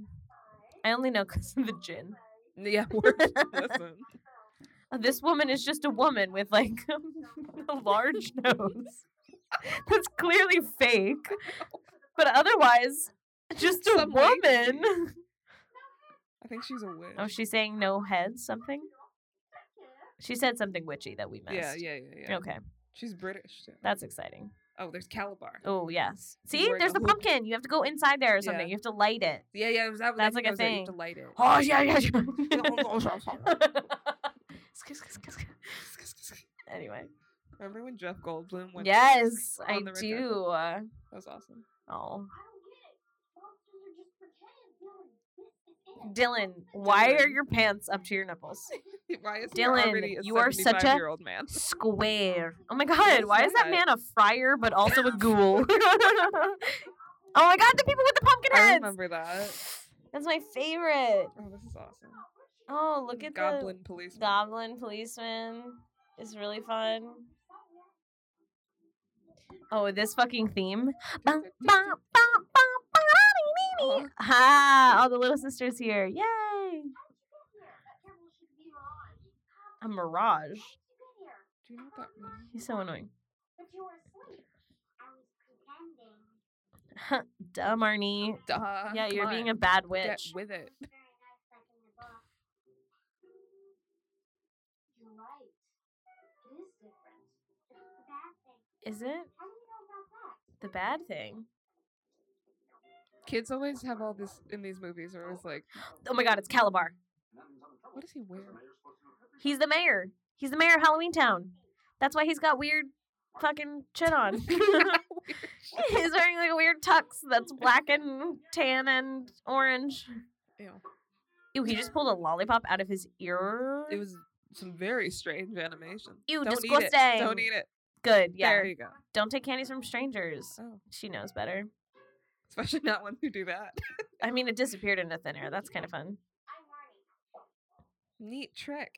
S5: I only know because of the gin. Uh,
S4: Yeah, word. listen.
S5: This woman is just a woman with like a large nose. That's clearly fake. But otherwise, just a
S4: Some lady.
S5: woman.
S4: I think she's a witch.
S5: Oh, she's saying no head something? She said something witchy that we missed.
S4: yeah, yeah, yeah, yeah.
S5: Okay,
S4: She's British too.
S5: that's exciting.
S4: Oh, there's Calabar.
S5: Oh, yes.
S4: She's
S5: See,
S4: wearing
S5: there's
S4: a
S5: the
S4: hoop.
S5: pumpkin. You have to go inside there or something.
S4: Yeah.
S5: You have to light it.
S4: Yeah, yeah. Was that,
S5: That's like a
S4: thing.
S5: thing.
S4: To light it.
S5: Oh yeah, yeah. anyway,
S4: Remember when Jeff Goldblum went?
S5: yes, I
S4: on the red
S5: do. uh,
S4: That was awesome.
S5: Oh, Dylan, why are
S4: Dylan.
S5: your pants up to your nipples?
S4: Why is
S5: Dylan,
S4: he already a
S5: you are such a-
S4: year old man?
S5: Square. Oh my God,
S4: It's
S5: why is that
S4: not.
S5: man a friar but also a ghoul? oh my God, the people with the pumpkin
S4: I
S5: heads.
S4: remember that.
S5: That's my favorite.
S4: Oh, this is awesome.
S5: Oh, look at the
S4: Goblin police.
S5: Goblin policeman is really fun. Oh, this fucking theme. Bum, bum, bum, bum, ba, dee, dee,
S4: Oh.
S5: dee. Ah, all the little sisters here. Yay! A mirage.
S4: Do you know what that means?
S5: He's so annoying. Duh, Marnie.
S4: Duh.
S5: Yeah,
S4: Uh, come
S5: you're being a
S4: on,
S5: bad
S4: Get
S5: witch.
S4: with it.
S5: Is it the bad thing?
S4: Kids always have all this in these movies where it's like,
S5: Oh my god, it's Calabar.
S4: what does he wear?
S5: He's the mayor. He's the mayor of Halloween Town. That's why he's got weird fucking shit on. he's wearing like a weird tux that's black and tan and orange.
S4: Ew.
S5: Ew, he just pulled a lollipop out of his ear.
S4: It was some very strange animation.
S5: Ew,
S4: Don't Eat it.
S5: disgusting.
S4: Don't eat it.
S5: good, yeah.
S4: There you go.
S5: Don't take candies from strangers.
S4: Oh,
S5: She knows better.
S4: especially not ones who do that.
S5: I mean, it disappeared into thin air. That's kind of fun.
S4: Neat trick.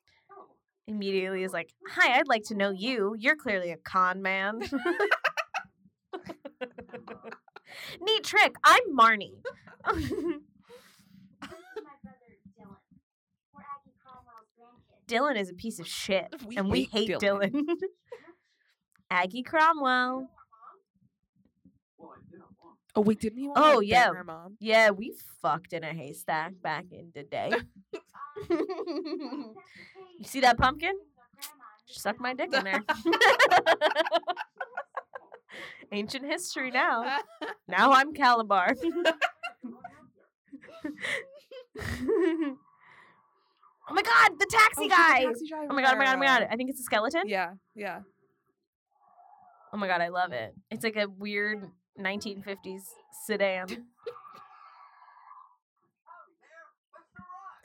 S5: Immediately is like, "Hi, I'd like to know you. You're clearly a con man." Neat trick. I'm Marnie.
S6: This is my brother Dylan. We're Aggie Cromwell's grandkids.
S5: Dylan is a piece of shit,
S4: We
S5: and we
S4: hate
S5: hate,
S4: Dylan.
S5: Dylan. Aggie Cromwell.
S4: Oh, wait, didn't he? Want
S5: Oh,
S4: to bang
S5: yeah.
S4: her mom.
S5: Yeah, we fucked in a haystack back in the day. you see that pumpkin? Suck my dick in there. Ancient history now. Now I'm Calabar. oh my god, the
S4: Oh, she's
S5: taxi
S4: a
S5: guy!
S4: taxi driver.
S5: Oh my god, oh my god, oh my god. I think it's a skeleton.
S4: Yeah, yeah.
S5: Oh my god, I love it. It's like a weird 1950s sedan.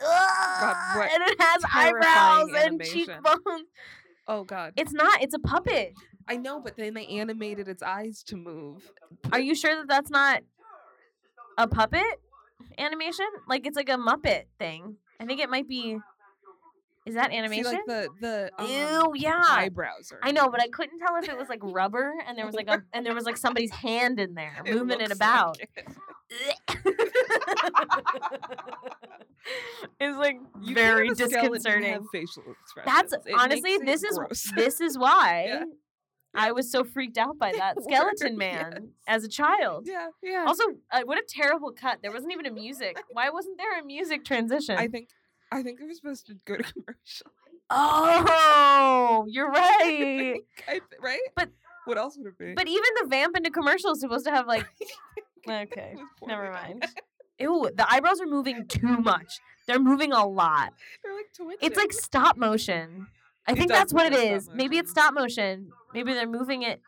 S5: Ugh,
S4: what
S5: Ah, and it has
S4: terrifying
S5: eyebrows and
S4: animation.
S5: cheekbones.
S4: Oh god.
S5: It's not. It's a puppet.
S4: I know, but then they animated its eyes to move.
S5: Are you sure that that's not a puppet animation? Like it's like a Muppet thing. I think it might be. Is that animation?
S4: See, like the the um,
S5: Ew, yeah.
S4: eyebrows. Are
S5: I know, but I couldn't tell if it was like rubber and there was like a and there was like somebody's hand in there
S4: It
S5: moving it
S4: looks like
S5: about.
S4: it.
S5: it's like
S4: You can't
S5: very
S4: have a skeleton
S5: disconcerting.
S4: Have facial expressions.
S5: That's
S4: It
S5: honestly
S4: makes it
S5: this is
S4: gross.
S5: this is why
S4: Yeah.
S5: I was so freaked out by that
S4: were,
S5: skeleton man as a child.
S4: yeah, yeah.
S5: Also, uh, what a terrible cut! There wasn't even a music. Why wasn't there a music transition?
S4: I think I think they were supposed to go to commercial.
S5: oh, you're
S4: I
S5: right.
S4: think- I th- right?
S5: But-
S4: what else would it be?
S5: But even the vamp into commercial is supposed to have like.
S4: It
S5: Okay,
S4: was poorly
S5: never
S4: done.
S5: mind. Ew, the eyebrows are moving too much. They're moving a lot.
S4: They're like twitching.
S5: It's like stop motion. I
S4: It
S5: think
S4: does
S5: that's what
S4: look
S5: it
S4: like
S5: is.
S4: stop
S5: Maybe it's
S4: motion.
S5: stop motion. Maybe they're moving it.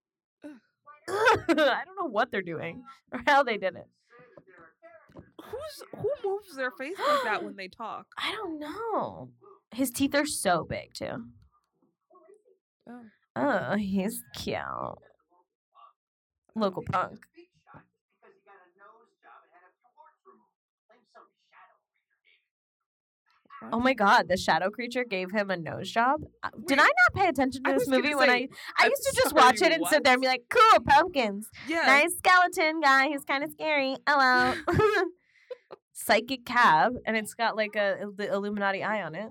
S5: I don't know what they're doing or how they did it.
S4: who's who moves their face like that when they talk?
S5: I don't know. His teeth are so big too.
S4: Oh.
S5: Oh, he's cute. Local punk. Oh my god, the shadow creature gave him a nose job. Uh, Did I
S4: Wait,
S5: not pay attention to
S4: I
S5: this
S4: was gonna
S5: movie when
S4: say,
S5: I I
S4: I'm
S5: used to just
S4: sorry,
S5: watch it and sit there and be like, "Cool, pumpkins.
S4: Yeah.
S5: Nice skeleton guy. He's kind of scary. Hello." Psychic cab and it's got like a il- the Illuminati eye on it.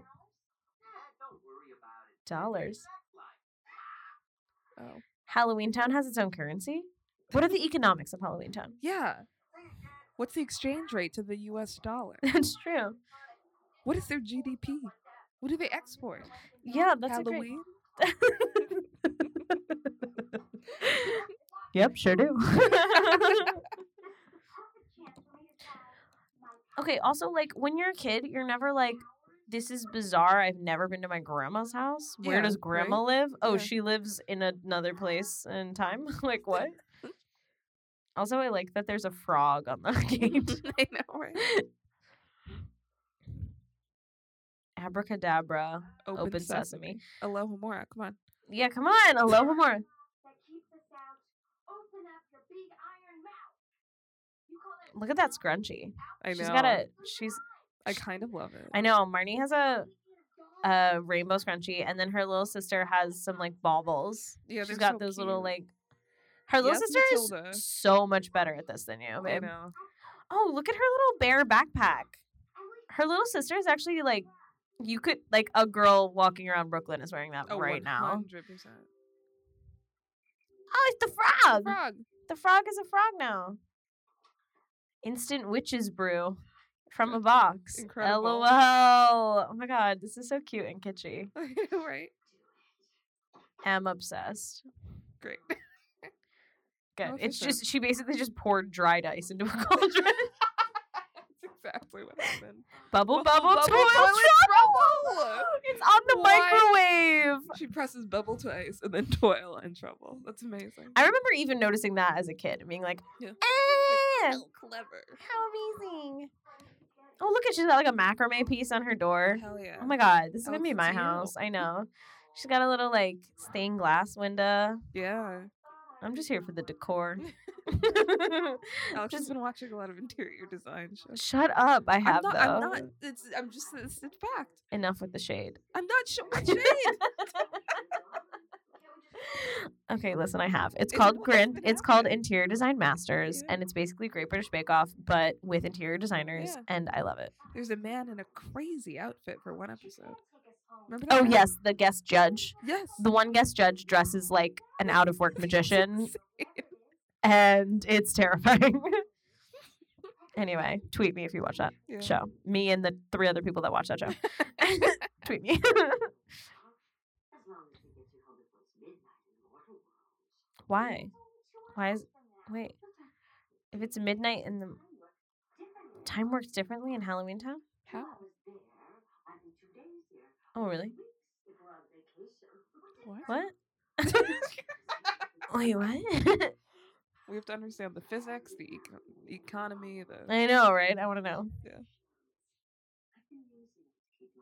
S5: Dollars.
S4: Oh.
S5: Halloween Town has its own currency. What are the economics of Halloween Town?
S4: Yeah. What's the exchange rate to the US dollar?
S5: That's true.
S4: What is their GDP? What do they export?
S5: Yeah, that's a great.
S4: Halloween?
S5: Yep, sure do. okay, also like when you're a kid, you're never like this is bizarre. I've never been to my grandma's house. Where
S4: Yeah,
S5: does
S4: right?
S5: grandma live? Oh,
S4: Yeah.
S5: she lives in another place in time. like what? also, I like that there's a frog on the gate.
S4: I know, right?
S5: Abracadabra.
S4: Open,
S5: Open
S4: sesame.
S5: sesame.
S4: Aloha Mora, come on.
S5: Yeah, come on. Aloha more.
S6: That keeps us out. Open up your big iron mouth. You call it
S5: Look at that scrunchie.
S4: I know.
S5: She's got a she's
S4: I kind of love it.
S5: I know Marnie has a a rainbow scrunchie, and then her little sister has some like baubles.
S4: Yeah,
S5: she's
S4: they're
S5: got
S4: so
S5: those little
S4: cute.
S5: like. Her little
S4: Yes,
S5: sister
S4: Matilda.
S5: is so much better at this than you,
S4: I
S5: babe.
S4: know.
S5: Oh, look at her little bear backpack. Her little sister is actually like, you could like a girl walking around Brooklyn is wearing that
S4: Oh,
S5: right now.
S4: 100%.
S5: Oh, it's the frog.
S4: Frog.
S5: The frog is a frog now. Instant witches brew from a box.
S4: Incredible.
S5: LOL. Oh my god, this is so cute and kitschy.
S4: right?
S5: am obsessed.
S4: Great.
S5: Good.
S4: Well, Oh, for
S5: it's
S4: sure.
S5: just she basically just poured dried ice into a cauldron.
S4: That's exactly what happened.
S5: bubble, bubble, toil,
S4: toil
S5: trouble.
S4: trouble!
S5: It's on the
S4: Why-
S5: microwave.
S4: She presses bubble twice and then toil and trouble. That's amazing.
S5: I remember even noticing that as a kid, and being like,
S4: Yeah.
S5: "Ah,
S4: so clever.
S5: how amazing!" Oh, look at she's got like a macrame piece on her door.
S4: Hell yeah.
S5: Oh my god, this is
S4: Oh,
S5: gonna be
S4: it's
S5: my
S4: you.
S5: house. I know. She's got a little like stained glass window.
S4: Yeah.
S5: I'm just here for the decor.
S4: Alex has
S5: Just-
S4: been watching a lot of interior design shows.
S5: Shut up! I
S4: I'm
S5: have
S4: not,
S5: though.
S4: I'm not. It's. I'm just. It's a fact.
S5: Enough with the shade.
S4: I'm not sure. what shade.
S5: okay, listen, I have. It's
S4: It
S5: called
S4: was
S5: Grin.
S4: an
S5: It's called
S4: effort.
S5: Interior Design Masters,
S4: Yeah.
S5: and it's basically Great British Bake Off, but with interior designers,
S4: Yeah.
S5: and I love it.
S4: There's a man in a crazy outfit for one episode. Remember that?
S5: Oh
S4: guy?
S5: yes, the guest judge.
S4: Yes.
S5: The one guest judge dresses like an out of work magician,
S4: Insane.
S5: and it's terrifying. anyway, tweet me if you watch that
S4: Yeah.
S5: show. Me and the three other people that watch that show. tweet me. Why? Why is wait? If it's midnight and the time works differently in Halloween Town?
S4: How?
S5: Oh really?
S4: What?
S5: What? Wait, what?
S4: We have to understand the physics, the econ- economy. The
S5: I know, right? I want to know.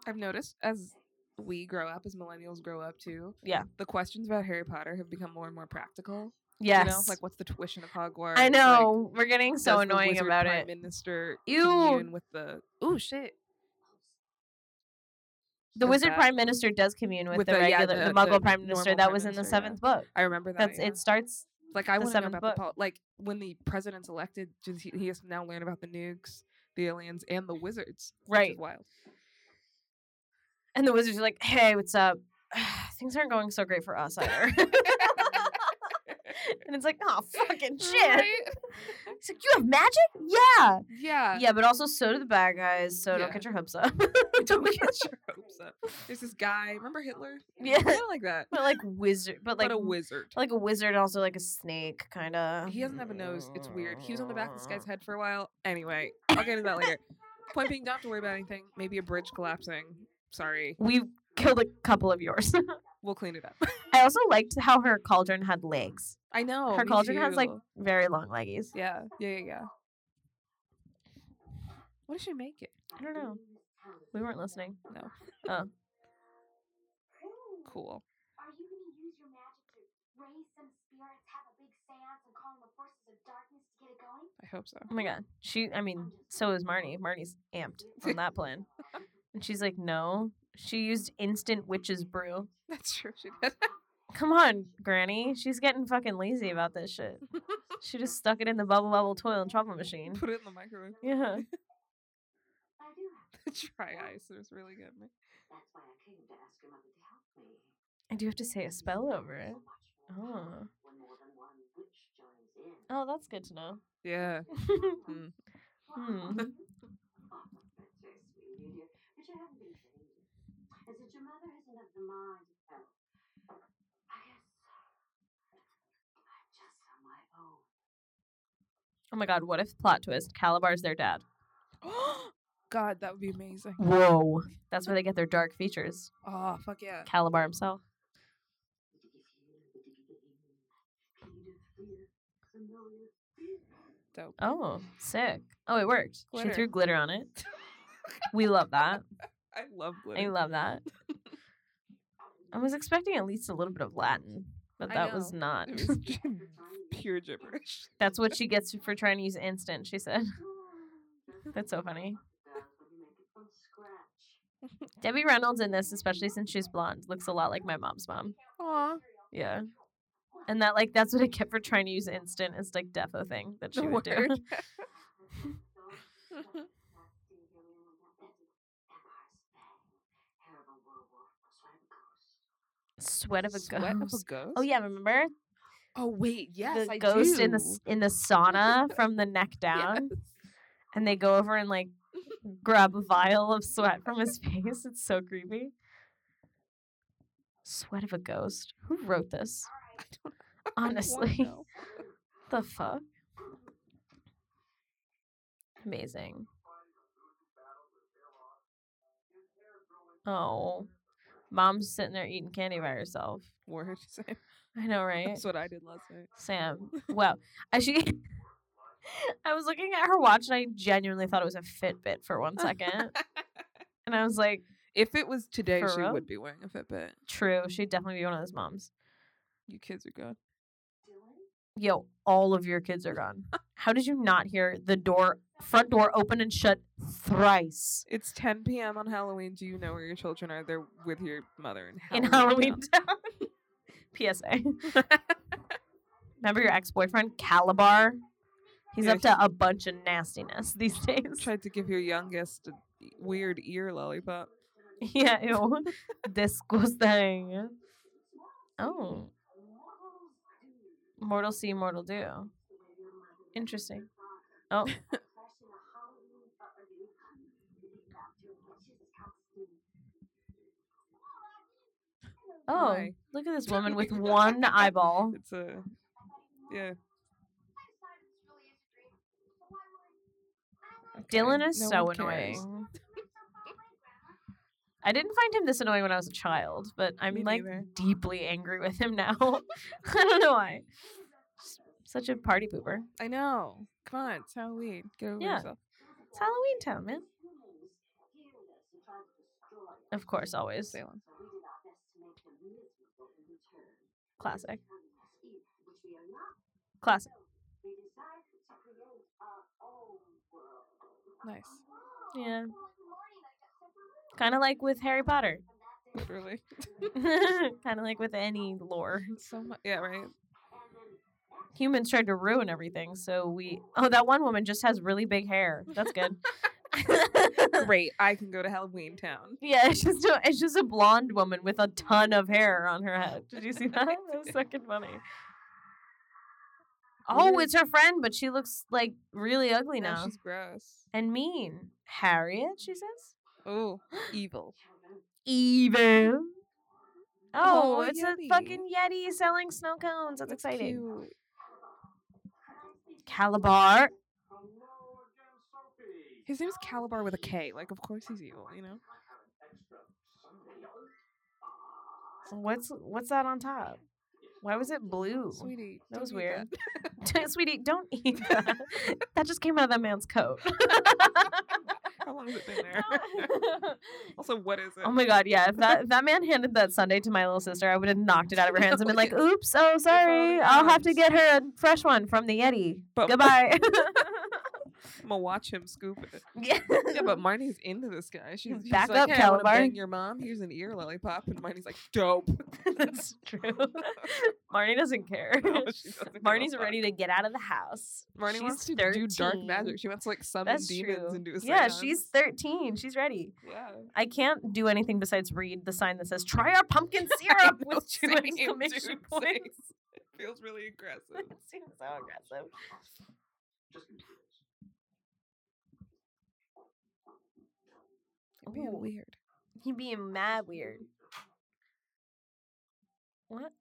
S4: I've noticed as we grow up, as millennials grow up too.
S5: Yeah.
S4: The questions about Harry Potter have become more and more practical.
S5: Yes.
S4: You know, like what's the tuition of Hogwarts?
S5: I
S4: Like,
S5: know. We're getting
S4: does
S5: so
S4: the
S5: annoying
S4: wizard
S5: about
S4: prime
S5: it.
S4: Minister
S5: Ew.
S4: commune with the oh shit
S5: The
S4: is
S5: wizard
S4: that-
S5: prime minister does commune with,
S4: with
S5: the,
S4: the- yeah,
S5: regular, the,
S4: the-
S5: Muggle
S4: the
S5: prime minister.
S4: normal
S5: That
S4: prime
S5: was in the
S4: minister, yeah.
S5: seventh book.
S4: I remember that.
S5: That's
S4: yeah.
S5: it. Starts.
S4: Like I
S5: the
S4: want to know
S5: seventh
S4: about
S5: book.
S4: the pol- like when the president's elected, just he, he has to now learn about the nukes, the aliens, and the wizards. which is
S5: Right.
S4: wild.
S5: And the wizards are like, hey, what's up? Things aren't going so great for us either. and it's like, oh, fucking shit.
S4: Right?
S5: It's like, you have magic? Yeah.
S4: Yeah.
S5: yeah, but also so do the bad guys. So don't
S4: yeah.
S5: get your hopes up.
S4: Don't get your hopes up. There's this guy. Remember Hitler?
S5: Yeah.
S4: Kind of like that.
S5: but like wizard, but like
S4: but a wizard.
S5: like a wizard, also like a snake, kind of.
S4: He doesn't have a nose. It's weird. He was on the back of this guy's head for a while. Anyway, I'll get into that later. Point being, don't have to worry about anything. Maybe a bridge collapsing. Sorry.
S5: We killed a couple of yours.
S4: We'll clean it up.
S5: I also liked how her cauldron had legs.
S4: I know.
S5: her
S4: me
S5: cauldron has like
S4: too.
S5: very long leggies.
S4: Yeah. Yeah. Yeah. Yeah. What did she make it?
S5: I don't know. We weren't listening.
S4: No.
S5: Oh.
S4: Cool.
S6: Are you going to use your magic to raise some spirits, have a big seance, and call in the forces of darkness to get it going?
S4: I hope so.
S5: Oh my god. She I mean, so is Marnie. Marnie's amped on that plan. And she's like, "No." She used instant witch's brew.
S4: That's true. She did.
S5: Come on, Granny. She's getting fucking lazy about this shit. She just stuck it in the bubble bubble toil and trouble machine.
S4: Put it in the microwave.
S5: Yeah.
S6: I do have.
S4: The dry ice is really good. man.
S6: That's why I came to ask your mother to help me.
S5: I do have to say a spell over it. Oh. Oh, that's good to know.
S4: Yeah.
S5: Mm-hmm.
S4: Mm.
S5: hmm. Oh my god, what if plot twist? Calabar's their dad.
S4: God, that would be amazing.
S5: Whoa. That's where they get their dark features.
S4: Oh, fuck yeah.
S5: Calabar himself.
S4: Dope.
S5: Oh, sick. Oh, it worked. She
S4: Glitter.
S5: threw glitter on it. we love that.
S4: I love
S5: I
S4: glitter.
S5: love that. I was expecting at least a little bit of Latin, but
S4: I
S5: that was
S4: know.
S5: not.
S4: It was just pure gibberish.
S5: That's what she gets for trying to use instant, she said. That's so funny. Debbie Reynolds in this, especially since she's blonde, looks a lot like my mom's mom.
S4: Aw.
S5: Yeah. And that like that's what I kept for trying to use instant is like defo thing that she
S4: The
S5: would do.
S4: word.
S5: Sweat of a
S4: Sweat
S5: ghost.
S4: ghost?
S5: Oh yeah, remember
S4: Oh wait, yes,
S5: the
S4: I
S5: ghost
S4: do.
S5: in the s- in the sauna from the neck down, and they go over and like grab a vial of sweat from his face. It's so creepy. Sweat of a ghost. Who wrote this?
S4: I don't
S5: Honestly,
S4: know.
S5: the fuck? Amazing. Oh. Mom's sitting there eating candy by herself.
S4: Word. Sam.
S5: I know, right?
S4: That's what I did last night.
S5: Sam. Wow. I she I was looking at her watch and I genuinely thought it was a Fitbit for one second. and I was like,
S4: if it was today,
S5: For
S4: she
S5: real?
S4: would be wearing a Fitbit.
S5: true, she'd definitely be one of those moms.
S4: You kids are good.
S5: Yo, all of your kids are gone. How did you not hear the door front door open and shut thrice
S4: It's 10 p.m. on Halloween. Do you know where your children are? They're with your mother in Halloween.
S5: in Halloween
S4: Town.
S5: Town? PSA. Remember your ex-boyfriend Calabar? He's
S4: Yeah,
S5: up to a bunch of nastiness these days.
S4: Tried to give your youngest a e, weird ear lollipop.
S5: Yeah, ew. Disgusting. Oh. Mortal see, mortal do. Interesting. Oh. oh,
S4: Why?
S5: look at this woman with one eyeball.
S4: It's a yeah. Okay,
S5: Dylan is
S4: no
S5: so
S4: one cares.
S5: annoying. I didn't find him this annoying when I was a child, but I'm
S4: Me
S5: like
S4: neither.
S5: deeply angry with him now. I don't know why. S- Such a party pooper.
S4: I know. Come on, it's Halloween. Get over
S5: Yeah.
S4: yourself.
S5: It's Halloween town, man. Of course, always.
S4: Salem.
S5: Classic. Classic.
S4: Nice.
S5: Yeah. Kind of like with Harry Potter.
S4: Literally.
S5: kind of like with any lore.
S4: It's so much. Yeah. Right.
S5: Humans tried to ruin everything, so we. Oh, that one woman just has really big hair. That's good.
S4: Great. I can go to Halloween Town.
S5: yeah, it's just a, it's just a blonde woman with a ton of hair on her head. Did you see that? That was fucking funny. Oh,
S4: Weird.
S5: it's her friend, but she looks like really ugly
S4: Now
S5: now
S4: she's gross.
S5: and mean. Harriet, she says.
S4: Oh, evil.
S5: Even. Oh,
S4: Oh,
S5: it's
S4: Yeti.
S5: a fucking Yeti selling snow cones. That's, exciting.
S4: cute.
S5: Calabar.
S4: His name's Calabar with a K. Like, of course he's evil. You know.
S5: What's what's that on top? Why was it blue?
S4: Sweetie.
S5: That was
S4: don't eat
S5: weird. Sweetie, don't eat that. that just came out of that man's coat.
S4: How long has it been there? also, what is it?
S5: oh my god, yeah. If that if that man handed that Sunday to my little sister, I would have knocked it out of her hands and been like, oops, oh sorry. I'll have to get her a fresh one from the Yeti.
S4: But-
S5: Goodbye.
S4: I'm gonna watch him scoop it.
S5: yeah.
S4: Yeah, but Marnie's into this guy. She's, she's
S5: Back
S4: like,
S5: up,
S4: hey, I wanna
S5: Calabar."
S4: bang your mom. Here's an ear lollipop, and Marnie's like, dope.
S5: That's true. Marnie doesn't care.
S4: No, she doesn't give a
S5: Marnie's
S4: fuck.
S5: ready to get out of the house.
S4: Marnie
S5: she's
S4: wants to
S5: 13.
S4: do dark magic. She wants to like summon
S5: That's
S4: demons
S5: true.
S4: into a
S5: yeah,
S4: seance.
S5: she's 13. She's ready.
S4: yeah.
S5: I can't do anything besides read the sign that says "Try our pumpkin syrup"
S4: know,
S5: with two
S4: same,
S5: exclamation
S4: dude, same.
S5: points.
S4: It feels really aggressive.
S5: It seems so aggressive.
S4: Being
S5: Ooh.
S4: weird.
S5: He being mad weird. What?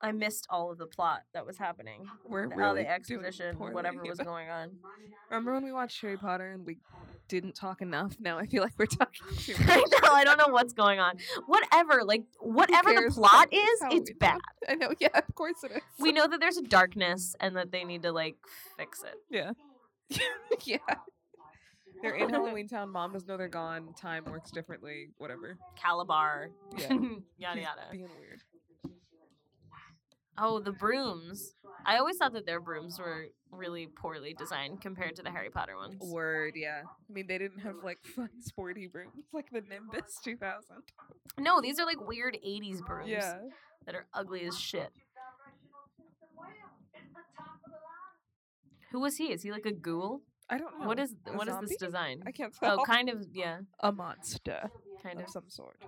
S5: I missed all of the plot that was happening.
S4: We're
S5: The- all
S4: really
S5: the exposition,
S4: doing poorly
S5: whatever
S4: here.
S5: was going on.
S4: Remember when we watched Harry Potter and we didn't talk enough? Now I feel like we're talking too much.
S5: I know. I don't know what's going on. Whatever, like whatever the
S4: cares?
S5: plot
S4: It's
S5: is, it's
S4: Halloween.
S5: bad.
S4: I know. Yeah, of course it is.
S5: We know that there's a darkness and that they need to like fix it.
S4: Yeah. yeah. They're in Halloween Town. Mom doesn't know they're gone. Time works differently. Whatever.
S5: Calabar,
S4: Yeah.
S5: yada
S4: He's
S5: yada.
S4: Being weird.
S5: Oh, the brooms. I always thought that their brooms were really poorly designed compared to the Harry Potter ones.
S4: Word. Yeah. I mean, they didn't have like fun sporty brooms like the Nimbus 2000.
S5: No, these are like weird 80s brooms
S4: Yeah.
S5: that are ugly as shit. Who was he? Is he like a ghoul?
S4: I don't know.
S5: What is
S4: Oh, A
S5: what is
S4: zombie?
S5: this design?
S4: I can't tell.
S5: Oh, kind of, yeah,
S4: a monster
S5: kind
S4: of
S5: of.
S4: some sort.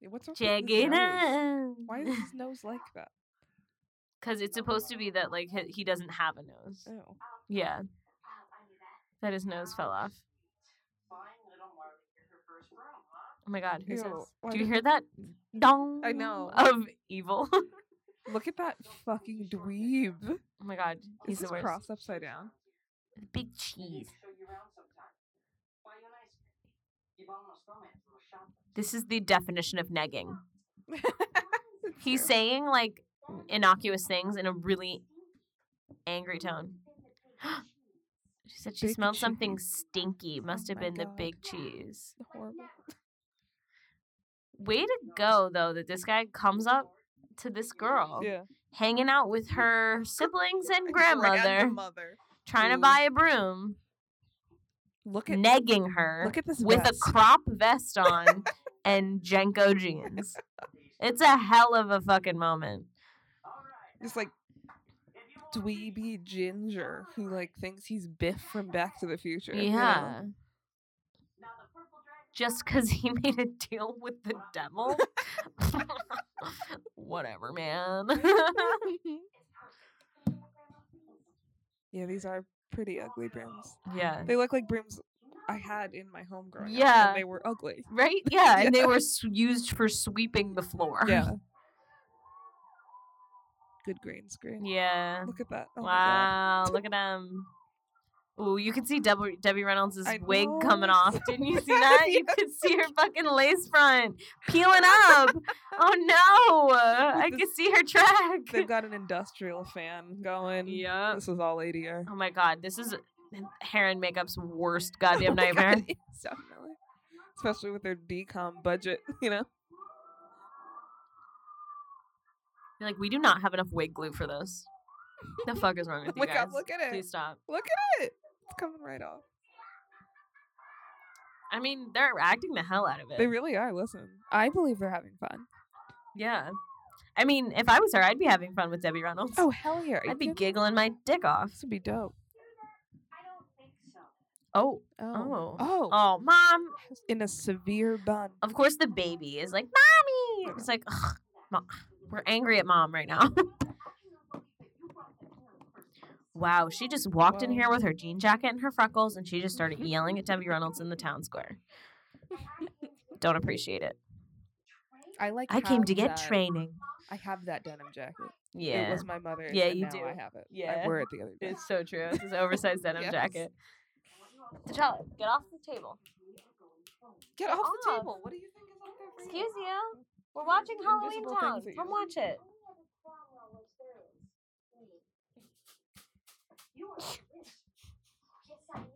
S4: Yeah, What's up with
S5: Check
S4: his
S5: it
S4: nose?
S5: out.
S4: Why is his nose like that?
S5: Because it's supposed to be that like he- he doesn't have a nose.
S4: Oh.
S5: Yeah, that his nose fell off. Oh my god, who's
S4: Ew,
S5: this?
S4: why
S5: Do you
S4: did-
S5: hear that dong
S4: know.
S5: of evil?
S4: Look at that fucking dweeb.
S5: Oh my god, he's
S4: He's
S5: the worst.
S4: crossed upside down.
S5: Big cheese. This is the definition of negging. He's saying like innocuous things in a really angry tone. She said she
S4: Big
S5: smelled something
S4: cheese. Oh
S5: stinky. Must have
S4: my
S5: been the
S4: God.
S5: big cheese.
S4: Horrible.
S5: Way to go though that this guy comes up to this girl
S4: Yeah.
S5: hanging out with her siblings and grandmother,
S4: Grandmother.
S5: trying to
S4: Ooh.
S5: buy a broom,
S4: Look at
S5: negging her.
S4: look at this
S5: with
S4: vest.
S5: a crop vest on and Jenko jeans. It's a hell of a fucking moment.
S4: this like dweeby ginger who like thinks he's Biff from Back to the Future. you know?
S5: Yeah. Just because he made a deal with the devil? Whatever, man.
S4: Yeah, these are pretty ugly brooms.
S5: yeah.
S4: They look like brooms I had in my home growing up.
S5: Yeah.
S4: and they were ugly.
S5: Right? Yeah. And they were s- used for sweeping the floor.
S4: Yeah. Good green screen.
S5: Yeah.
S4: Look at that. Oh my
S5: wow. Look at him. Ooh, you could see Debbie, Debbie Reynolds'
S4: I
S5: wig coming
S4: know.
S5: off. Didn't you see that? You could see her fucking lace front peeling up. Oh no! I
S4: With
S5: could see her
S4: God. They've
S5: track.
S4: got an industrial fan going.
S5: Yeah.
S4: This is all ADR.
S5: Oh my god, this is hair and makeup's worst goddamn
S4: Oh my God,
S5: nightmare.
S4: yes, definitely. Especially with their decom budget, you know?
S5: You're like, we do not have enough wig glue for this. The fuck is wrong with
S4: Oh my
S5: you guys?
S4: God, look at it.
S5: Please stop.
S4: Look at it. It's coming right off.
S5: I mean, they're acting the hell out of it.
S4: They really are. Listen, I believe they're having fun.
S5: yeah. I mean, if I was her, I'd be having fun with Debbie Reynolds.
S4: Oh, hell yeah.
S5: I'd be giggling my dick off.
S4: This would be dope.
S5: Oh,
S4: Oh.
S5: Oh.
S4: Oh.
S5: oh, mom.
S4: In a severe bun.
S5: Of course, the baby is like, mommy. It's like, Ugh, Mo- we're angry at mom right now. wow, she just walked in
S4: Wow.
S5: here with her jean jacket and her freckles, and she just started yelling at Debbie Reynolds in the town square. Don't appreciate it.
S4: I like
S5: I came to
S4: have
S5: get
S4: that-
S5: training.
S4: I have that denim jacket. It
S5: Yeah,
S4: was my mother's.
S5: Yeah,
S4: and
S5: you
S4: now
S5: do.
S4: I have it. I
S5: Yeah.
S4: wore it the other day.
S5: it's so true. It's this oversized denim
S4: Yes.
S5: jacket. T'Challa, get off the table.
S4: Get off the
S5: off.
S4: table. What do you think is up there? for
S5: Excuse you. We're watching Halloween
S4: Invisible
S5: Town.
S4: things at
S5: Come
S4: you.
S5: watch it.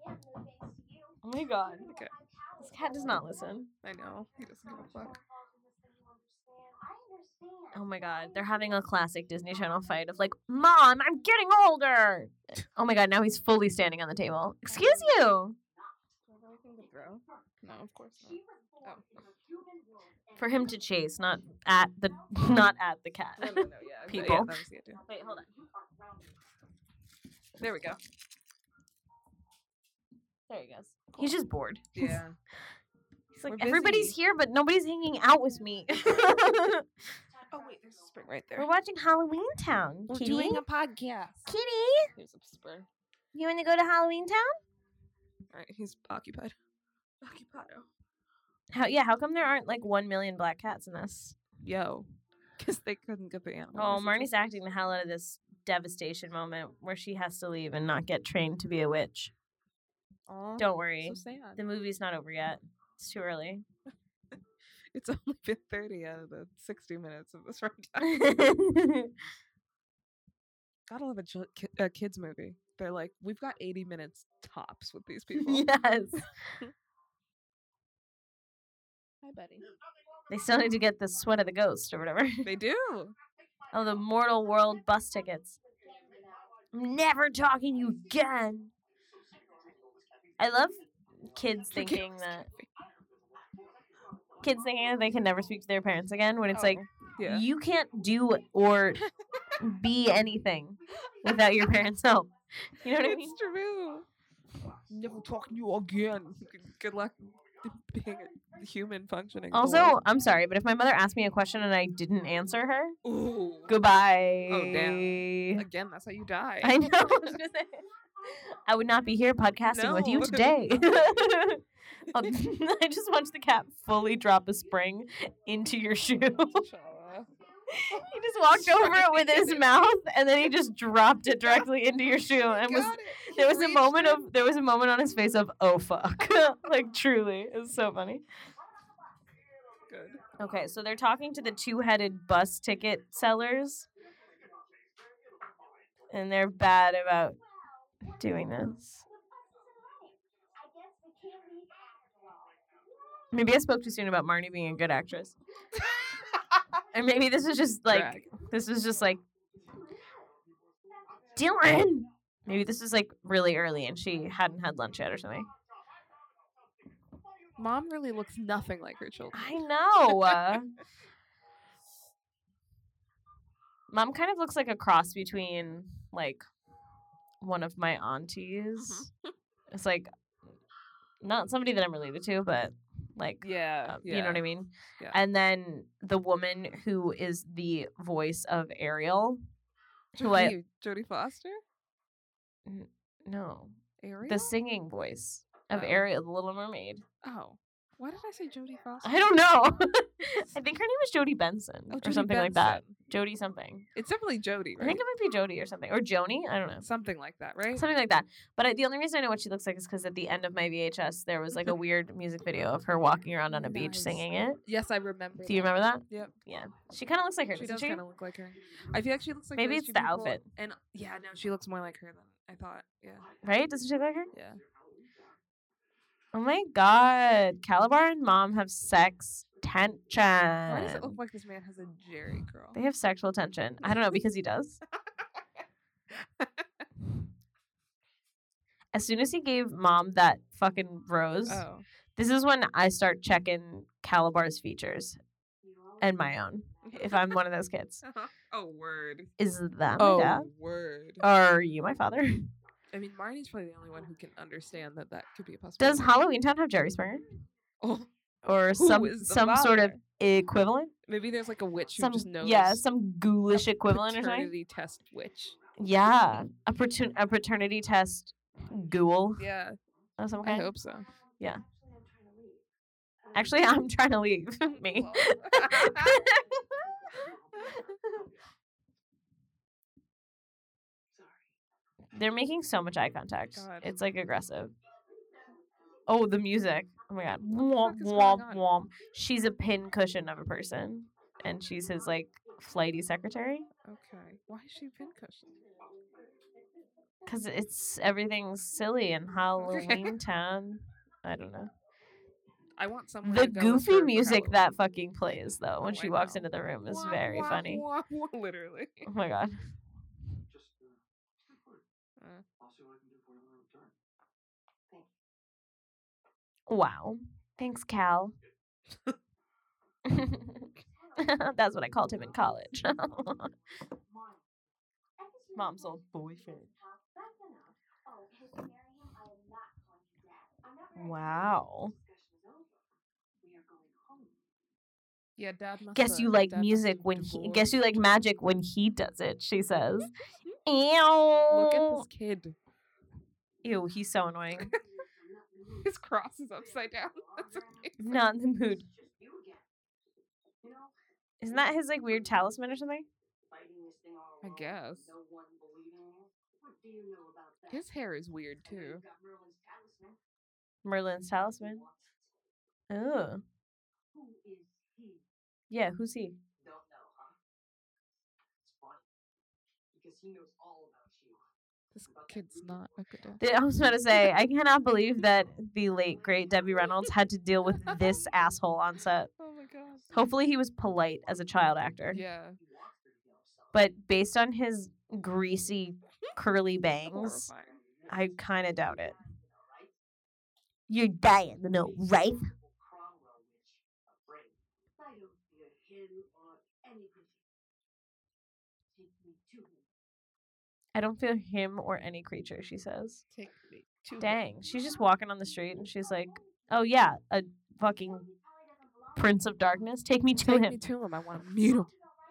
S5: Oh my god.
S4: Okay.
S5: This cat does not listen.
S4: I know. He doesn't give a fuck.
S5: Oh my god, they're having a classic Disney Channel fight of like, Mom, I'm getting older. Oh my god, now he's fully standing on the table. Excuse you.
S4: Do I have anything to throw? No, of course not. Oh.
S5: For him to chase, not at the not at the
S4: No,
S5: cat.
S4: no, no, yeah. okay, yeah,
S5: People.
S4: that was the idea.
S5: Wait, hold on.
S4: There we go.
S5: There he goes. He's just bored.
S4: Yeah.
S5: He's like,
S4: We're
S5: everybody's
S4: busy."
S5: here, but nobody's hanging out with me.
S4: Oh wait, there's a spring right there.
S5: We're watching Halloween Town.
S4: We're
S5: Kitty.
S4: doing a podcast.
S5: Kitty,
S4: Here's a spring.
S5: you want to go to Halloween Town?
S4: All right, he's occupied. Occupado.
S5: How, yeah, how come there aren't like one million black cats in this?
S4: Yo. Because they couldn't get the animal.
S5: Oh,
S4: messages.
S5: Marnie's acting the hell out of this devastation moment where she has to leave and not get trained to be a witch.
S4: Aw,
S5: Don't worry.
S4: So sad.
S5: The movie's not over yet. It's too early.
S4: It's only been 30 out of the 60 minutes of this runtime.
S5: yeah,
S4: Gotta love a, chil- ki- a kids movie. They're like, we've got 80 minutes tops with these people.
S5: Yes.
S4: Hi, buddy.
S5: They still need to get the sweat of the ghost or whatever.
S4: They do.
S5: Oh, the Mortal World bus tickets. I'm never talking to you again. I love kids thinking that kids thinking that they can never speak to their parents again when it's like
S4: Oh, yeah.
S5: you can't do or be anything without your parents' help. You know what I mean?
S4: It's true. Never talking to you again. Good- Good luck being a human functioning.
S5: Also, I'm sorry, but if my mother asked me a question and I didn't answer her,
S4: boy. Ooh.
S5: goodbye.
S4: Oh, Again, that's how you die.
S5: I know. I was gonna say, I would not be here podcasting with you
S4: No.
S5: today. Um, I just watched the cat fully drop a spring into your shoe.
S4: T'Challa.
S5: he just walked over it with his mouth and then he just dropped it directly into your shoe. And it was
S4: Got it. He
S5: there was a
S4: reached
S5: moment
S4: in.
S5: of there was a moment on his face of oh fuck. like truly. It was so funny.
S4: Good.
S5: Okay, so they're talking to the two-headed bus ticket sellers. And they're bad about doing this.
S6: I guess we can't leave after all.
S5: Maybe I spoke too soon about Marnie being a good actress. and maybe this is just like
S4: Drag.
S5: this is just like Dylan. Maybe this is like really early and she hadn't had lunch yet or something.
S4: Mom really looks nothing like her children.
S5: I know. uh, Mom kind of looks like a cross between like one of
S4: Mm-hmm.
S5: my aunties. It's like not somebody that I'm related to, but like
S4: Yeah,
S5: um, you know what I mean?
S4: Yeah.
S5: And then the woman who is the voice of Ariel, who I
S4: Jodie- Jodie Foster?
S5: no,
S4: Ariel?
S5: the singing voice of
S4: Oh.
S5: Ariel, the Little Mermaid.
S4: oh. Why did I say Jodie Foster?
S5: I don't know. I think her name is Jodie Benson
S4: Oh,
S5: or
S4: Jodie
S5: something like that.
S4: Benson.
S5: Jodie something.
S4: It's definitely Jodie,
S5: I
S4: right?
S5: think it might be Jodie or something or Joni. I don't know.
S4: Something like that, right?
S5: Something like that. But I, the only reason I know what she looks like is because at the end of my VHS, there was like a weird music video of her walking around on a beach
S4: Nice.
S5: singing it.
S4: Yes, I remember.
S5: Do you remember that?
S4: Yep.
S5: Yeah. She kind of looks like her,
S4: She
S5: doesn't
S4: does
S5: she?
S4: kind of look like her. I feel like she looks like
S5: Maybe
S4: those
S5: it's
S4: two
S5: the
S4: people,
S5: outfit.
S4: And yeah, no, she looks more like her than I thought. Yeah,
S5: Right? Doesn't she look like her?
S4: yeah.
S5: Oh my god. Calabar and mom have sex
S4: Why does it look
S5: tension.
S4: like this man has a Jerry curl?
S5: Um, They have sexual tension. I don't know, because he does. as soon as he gave mom that fucking rose,
S4: Oh,
S5: this is when I start checking Calabar's features and my own. If I'm one of those kids.
S4: oh word.
S5: Is that my dad?
S4: Oh word.
S5: Are you my father?
S4: I mean, Marnie's probably the only one who can understand that that could be a possibility.
S5: Does Halloween Town have Jerry Springer?
S4: Oh,
S5: Or
S4: who
S5: some
S4: is the
S5: some sort of
S4: father?
S5: equivalent?
S4: maybe there's like a witch who
S5: some
S4: just knows.
S5: yeah, some ghoulish equivalent or something.
S4: paternity test witch.
S5: Yeah, a patern- a paternity test ghoul
S4: Yeah,
S5: of some
S4: I
S5: kind.
S4: hope so.
S5: Yeah.
S6: Actually, I'm trying to leave. Um,
S5: Actually, I'm trying to leave. Um, Me. They're making so much eye contact.
S4: Oh God.
S5: It's like aggressive. Oh, the music. Oh my god.
S4: What
S5: Womp
S4: the fuck is going
S5: womp
S4: on?
S5: womp. She's a pin cushion of a person. And she's his like flighty secretary.
S4: okay, why is she pincushion?
S5: Cause it's everything's silly in Halloween town. I don't know.
S4: I want someone.
S5: the
S4: to go with
S5: goofy
S4: her
S5: music
S4: Halloween.
S5: that fucking plays though when
S4: Oh,
S5: she
S4: I
S5: walks
S4: know.
S5: into the room is
S4: Wah,
S5: very
S4: wah,
S5: funny.
S4: wah, wah, literally.
S5: Oh my god. Mm.
S4: Uh,
S5: Wow. Thanks, Cal. That's what I called him in college. Mom's old boyfriend.
S6: That's enough. Oh, his marrying, I am not going to that. I'm not very
S5: Wow.
S6: discussion is over. We are going home.
S4: yeah, dad. Must
S5: Guess
S4: have-
S5: you like
S4: dad must
S5: music
S4: have
S5: when he
S4: divorced.
S5: guess you like magic when he does it, she says.
S4: Look at
S5: Ew.
S4: this kid.
S5: Ew, he's so annoying.
S4: His cross is upside down. That's amazing.
S5: Not in the mood. Isn't that his like weird talisman or something?
S4: I guess. His hair is weird too.
S5: Merlin's talisman. Oh. Yeah, who's he?
S4: This kid's not a good dad.
S5: Th- I was about to say, I cannot believe that the late great Debbie Reynolds had to deal with this asshole on set.
S4: Oh my god.
S5: Hopefully, he was polite as a child actor,
S4: Yeah.
S5: but based on his greasy, curly bangs,
S4: Horrifying.
S5: I kind of doubt it. You're dying to know, right? I don't feel him or any creature, she says.
S4: Take me to him.
S5: Dang, she's just walking on the street and she's like, oh yeah, a fucking prince of darkness, take me to
S4: Take
S5: him.
S4: me to him. I want to meet him.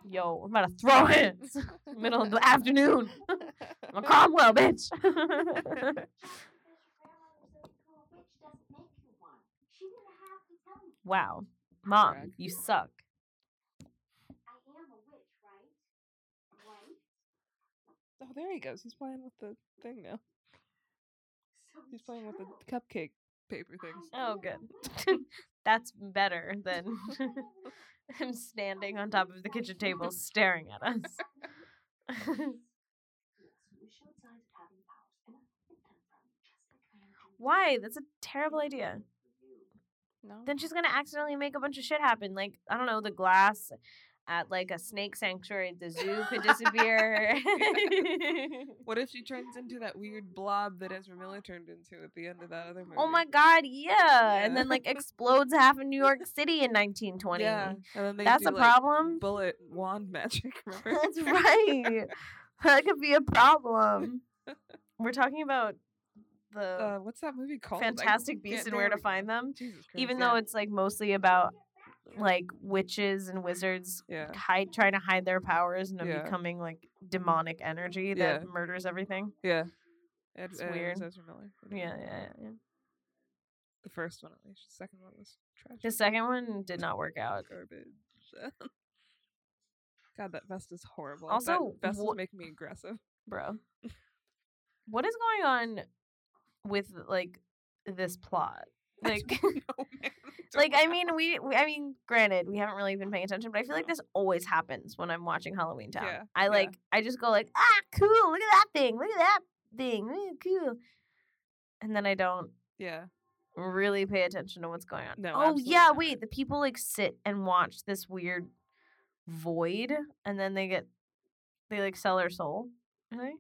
S5: Yo, I'm about to throw hands. Middle of the afternoon. I'm a Cromwell, bitch. wow. Mom,
S4: Brag.
S5: you suck.
S6: I am a witch
S4: Oh, there he goes. He's playing with the thing now.
S6: So
S4: He's playing with the
S6: true.
S4: cupcake paper things.
S5: Oh, good. That's better than him standing on top of the kitchen table staring at us. Why? That's a terrible idea.
S4: No.
S5: Then she's gonna accidentally make a bunch of shit happen. Like I don't know, the glass at like a snake sanctuary at the zoo could disappear.
S4: What if she turns into that weird blob that Ezra Miller turned into at the end of that other movie?
S5: oh my god, yeah. And
S4: Yeah.
S5: then like explodes half of New York City in 1920.
S4: Yeah, and then they
S5: That's
S4: do,
S5: a
S4: like,
S5: problem.
S4: Bullet wand magic. Remember?
S5: That's right. that could be a problem. We're talking about the
S4: Uh, what's that movie called? I
S5: Fantastic Beasts
S4: can't
S5: and Where to
S4: never-
S5: Find Them,
S4: Jesus Christ,
S5: even
S4: yeah.
S5: though it's like mostly about like witches and wizards
S4: yeah,
S5: hide trying to hide their powers and them
S4: Yeah. Mm-hmm.
S5: becoming like demonic energy that
S4: Yeah.
S5: murders everything.
S4: yeah. Ed,
S5: It's
S4: Ed- it was
S5: weird.
S4: Ezra Miller.
S5: Yeah, yeah, yeah.
S4: The first one, at least. The second one was tragic.
S5: The second one did not work out.
S4: garbage. God, that vest is horrible.
S5: Also,
S4: that vest
S5: wha-
S4: is making me aggressive.
S5: bro. What is going on with like this plot? Like,
S4: No, Oh, man,
S5: like I
S4: don't.
S5: mean, we, we, I mean, granted, we haven't really been paying attention, but I feel like this always happens when I'm watching Halloween Town.
S4: Yeah,
S5: I
S4: yeah.
S5: like, I just go like, ah, cool, look at that thing, look at that thing, ooh, cool, and then I don't
S4: yeah,
S5: really pay attention to what's going on.
S4: No,
S5: oh
S4: absolutely
S5: yeah,
S4: not.
S5: wait, the people like sit and watch this weird void, and then they get, they like sell their soul. Really?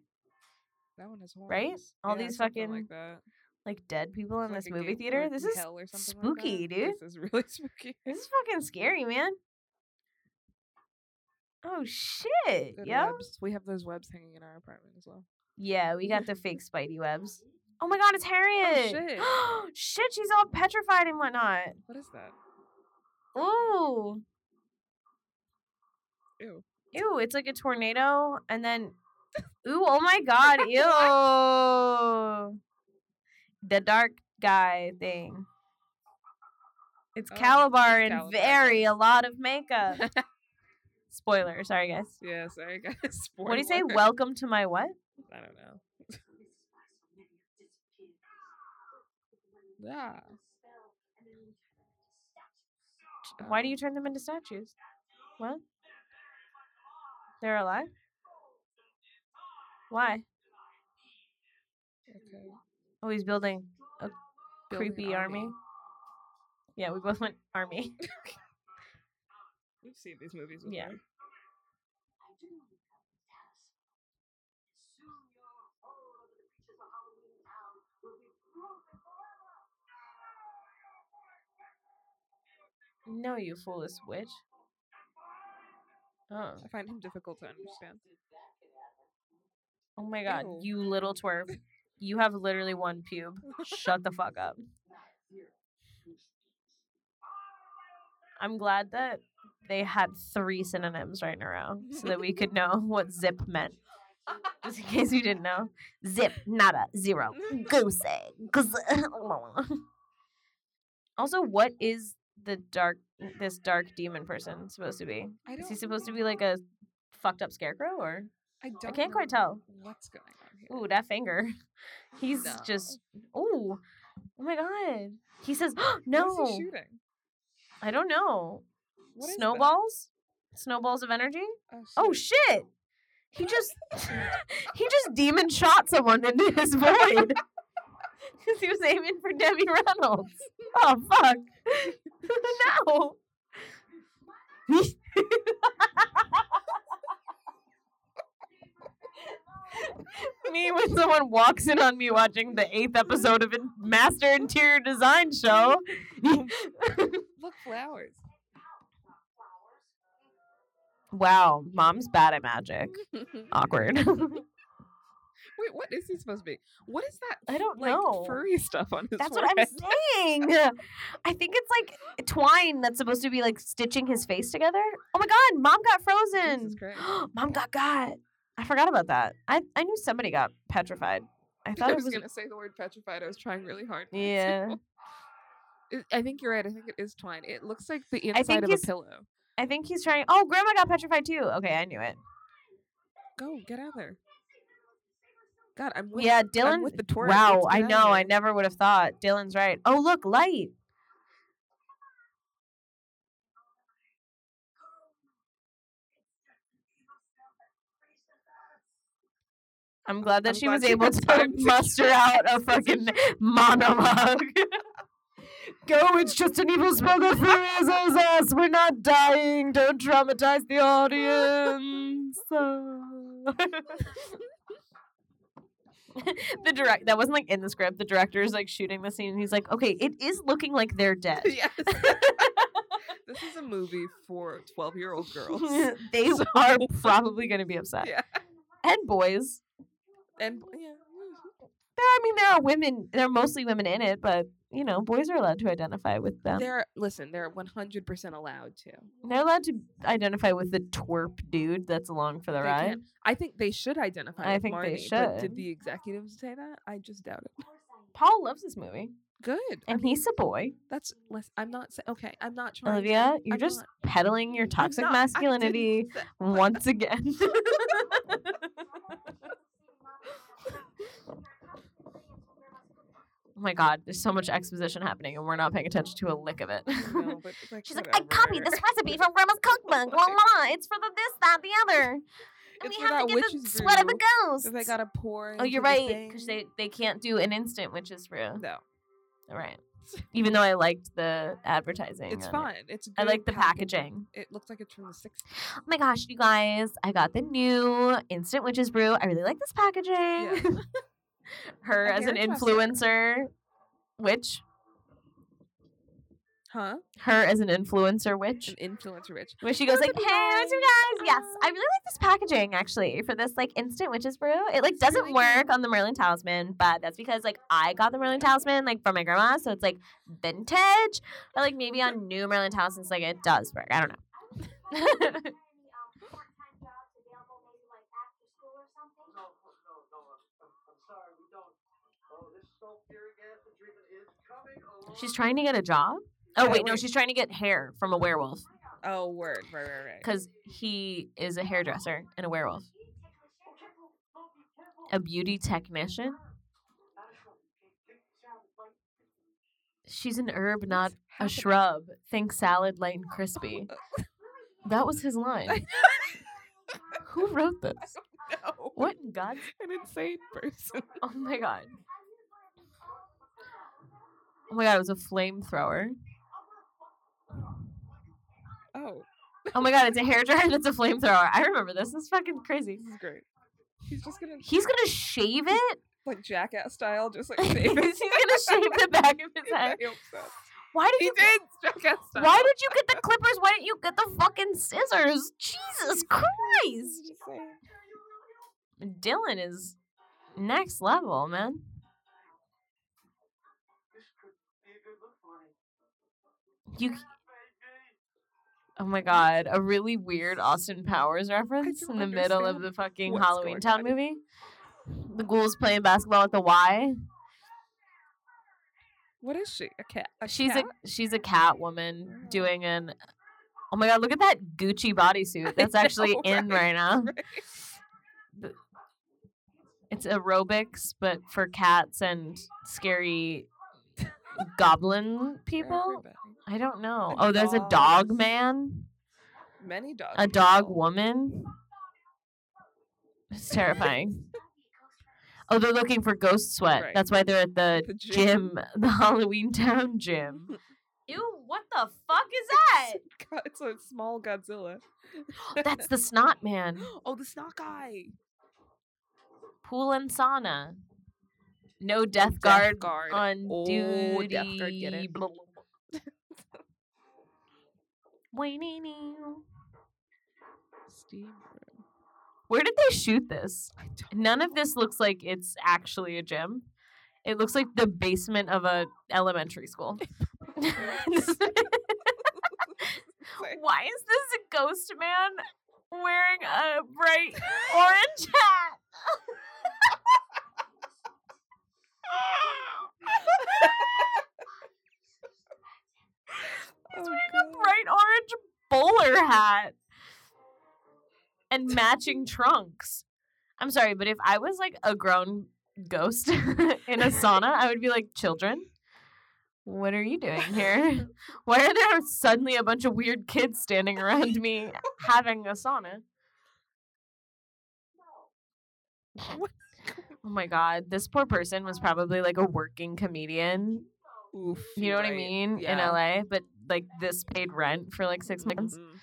S4: that one is horrible.
S5: Right? All these fucking
S4: like that.
S5: like dead people in
S4: It's
S5: this
S4: like a
S5: movie
S4: gate
S5: theater.
S4: clerk
S5: This
S4: in
S5: is
S4: hell or something like that.
S5: spooky, dude.
S4: This is really spooky.
S5: This is fucking scary, man. Oh shit.
S4: Good
S5: Yeah.
S4: webs. We have those webs hanging in our apartment as well.
S5: Yeah, we got the fake spidey webs. Oh my god, it's Harriet.
S4: shit.
S5: shit. she's all petrified and whatnot.
S4: What is that?
S5: Ooh.
S4: Ew.
S5: Ew, it's like a tornado and then Ooh, oh my god, ew. The dark guy thing. It's
S4: Oh, it's
S5: Calabar and
S4: Calabar,
S5: very
S4: guys.
S5: a lot of makeup. Spoiler, sorry guys.
S4: Yeah, sorry guys.
S5: What do you say?
S4: Spoiler.
S5: Welcome to my what?
S4: I don't know. Yeah.
S5: Why do
S4: Oh.
S5: you turn them into statues? What? They're alive? Why?
S4: Okay.
S5: Oh, he's building a
S4: Building an
S5: creepy army.
S4: army.
S5: Yeah, we both went army.
S4: We've seen these movies.
S5: Yeah.
S4: before.
S5: Oh, no, you foolish witch. Oh.
S4: I find him difficult to understand.
S5: Oh my god,
S4: Ew.
S5: you little twerp. You have literally one pube. Shut the fuck up. I'm glad that they had three synonyms right in a row so that we could know what zip meant. Just in case you didn't know. Zip, nada, zero, goose, egg, guz- Also, what is the dark this dark demon person supposed to be?
S4: I don't.
S5: Is he supposed to be like a fucked up scarecrow or
S4: I don't.
S5: can't quite
S4: know
S5: tell.
S4: What's going on here?
S5: Ooh, that finger. He's
S4: No.
S5: just ooh. Oh my god. He says
S4: What is he
S5: no.
S4: shooting?
S5: I don't know.
S4: What is that?
S5: Snowballs? Snowballs of energy? Oh
S4: Oh, shit.
S5: shit. He just he just demon shot someone into his void. Because he was aiming for Debbie Reynolds. Oh fuck. no. me when someone walks in on me watching the eighth episode of a master interior design show.
S4: Look, flowers.
S5: wow, mom's bad at magic. Awkward.
S4: Wait, what is he supposed to be? What is that?
S5: I
S4: f-
S5: don't
S4: like,
S5: know.
S4: Furry stuff on his.
S5: That's what I'm
S4: forehead?
S5: saying. I think it's like twine that's supposed to be like stitching his face together. Oh my god, mom got frozen.
S4: Jesus Christ.
S5: mom got got. I forgot about that. I, I knew somebody got petrified. I thought
S4: I
S5: it
S4: was
S5: was
S4: gonna say the word petrified. I was trying really hard. not to.
S5: Yeah.
S4: It- I think you're right. I think it is twine. It looks like the
S5: I
S4: inside of
S5: think
S4: a
S5: he's-
S4: pillow.
S5: I think he's trying Oh, grandma got petrified too. Okay, I knew it.
S4: Go get out there. God, I'm with
S5: yeah,
S4: I'm
S5: Dylan.
S4: with the Taurus.
S5: wow,
S4: Let's get
S5: I
S4: outta
S5: know. I
S4: here.
S5: never would have thought. Dylan's right. Oh, look, light. I'm glad that
S4: I'm
S5: she
S4: glad
S5: was
S4: she
S5: able
S4: had
S5: to
S4: time to
S5: muster out a fucking monologue. Go, it's just an evil spell that freezes us. We're not dying. Don't traumatize the audience. the direct that wasn't like in the script. The director is like shooting the scene and he's like, okay, it is looking like they're dead.
S4: Yes. this is a movie for 12 year old girls.
S5: they are probably gonna be upset.
S4: Yeah.
S5: And boys.
S4: And yeah.
S5: There, I mean, there are women. There are mostly women in it, but you know, boys are allowed to identify with them. They're,
S4: They're listen, they're 100% allowed to.
S5: allowed to identify with the twerp dude that's along for the
S4: They
S5: ride.
S4: can. I think they should identify
S5: I
S4: with
S5: think they
S4: Marnie, but
S5: should.
S4: did the executives say that? I just doubt it.
S5: Paul loves this movie,
S4: Good.
S5: and he's a boy.
S4: That's less I'm not sa- okay, I'm not trying. to-
S5: Olivia, you're
S4: I'm
S5: just
S4: not-
S5: peddling your
S4: I'm
S5: toxic
S4: not- I didn't
S5: masculinity
S4: say-
S5: once again. oh my god, there's so much exposition happening, and we're not paying attention to a lick of it.
S4: No, but it's like,
S5: She's like, I copied this
S4: whatever."
S5: recipe from Grandma's cookbook. La la, it's for the this, that, the other. And
S4: It's
S5: we
S4: for
S5: have to
S4: that
S5: get the
S4: witch's
S5: sweat of the
S4: brew
S5: ghost.
S4: They gotta pour.
S5: oh, you're
S4: into the
S5: right, because they
S4: thing.
S5: they can't do an instant witch's brew.
S4: No,
S5: All right. Even though I liked the advertising,
S4: it's
S5: on it.
S4: fun. It's.
S5: I
S4: good
S5: like the
S4: packaging.
S5: packaging.
S4: It looks like it's from the 60s.
S5: Oh my gosh, you guys! I got the new instant witch's brew. I really like this packaging. Her
S4: And
S5: as an
S4: they're interested.
S5: influencer witch.
S4: Huh?
S5: Her as an influencer witch.
S4: An influencer rich.
S5: Where she goes
S4: Look
S5: like,
S4: at
S5: "Hey,
S4: you
S5: what's you guys? Yes, I
S4: Um,
S5: really like this packaging actually for this like instant witch's brew. It like
S4: It's
S5: doesn't
S4: really
S5: work
S4: good.
S5: on the Merlin talisman, but that's because like I got the Merlin talisman like from my grandma, so it's like vintage. But like maybe on new Merlin talismans, like it does work. I don't know. she's trying to get a job. Oh
S4: Yeah,
S5: wait, no,
S4: wait.
S5: she's trying to get hair from a werewolf
S4: Oh, word. Right, right, right.
S5: because he is a hairdresser and a werewolf, a beauty technician. She's an herb, not a shrub. Think salad, light and crispy. That was his line. Who wrote this?
S4: No.
S5: What in God's?
S4: An insane person.
S5: Oh my God. Oh my God, it was a flamethrower.
S4: Oh,
S5: Oh my God, it's a hairdryer that's a flamethrower. I remember this. This is fucking crazy.
S4: this is great. He's just gonna
S5: He's gonna shave it.
S4: like jackass style, just like
S5: He's
S4: shave
S5: gonna
S4: his
S5: shave the back of his
S4: I
S5: head.
S4: hope so.
S5: Why did
S4: He
S5: you?
S4: did jackass style.
S5: Why did you get the clippers? Why didn't you get the fucking scissors? Jesus Christ!
S4: Just saying.
S5: Dylan is next level, man. You. c- Oh my god, a really weird Austin Powers reference
S4: don't
S5: in the middle of
S4: understand
S5: the fucking
S4: what's
S5: Halloween
S4: going
S5: Town
S4: on.
S5: movie. The ghouls playing basketball at the Y.
S4: What is she? A cat? A
S5: She's
S4: cat?
S5: a she's a cat woman
S4: Oh.
S5: doing an Oh my god, look at that Gucci bodysuit. That's
S4: know,
S5: actually in
S4: right?
S5: right now.
S4: Right.
S5: Th- It's aerobics but for cats and scary goblin people.
S4: Everybody.
S5: I don't know.
S4: And
S5: Oh, there's a dog
S4: dogs.
S5: man,
S4: Many dogs.
S5: a dog woman. It's terrifying. Oh, they're looking for ghost sweat.
S4: Right.
S5: That's why they're at the
S4: The
S5: gym,
S4: gym.
S5: the Halloween Town gym. Ew, what the fuck is that?
S4: God, it's a small Godzilla.
S5: That's the snot man.
S4: Oh, the snot guy.
S5: Pool and sauna. No death,
S4: Death
S5: guard,
S4: guard.
S5: on
S4: Oh,
S5: duty.
S4: Death Guard, get it.
S5: blah, blah, blah. Wee-nee-nee.
S4: Steam room.
S5: Where did they shoot this?
S4: I don't
S5: None of
S4: know.
S5: this looks like it's actually a gym. It looks like the basement of a elementary school.
S4: Like,
S5: Why is this a ghost man wearing a bright orange hat? He's
S4: oh,
S5: wearing a
S4: God.
S5: bright orange bowler hat and matching trunks. I'm sorry, but if I was like a grown ghost in a sauna, I would be like, children, what are you doing here? Why are there suddenly a bunch of weird kids standing around me having a sauna? Oh my god, this poor person was probably like a working comedian.
S4: Oof.
S5: You
S4: you're
S5: know what I
S4: right.
S5: mean?
S4: Yeah.
S5: In LA, but like this paid rent for like six months
S4: Mhm. Mm-hmm.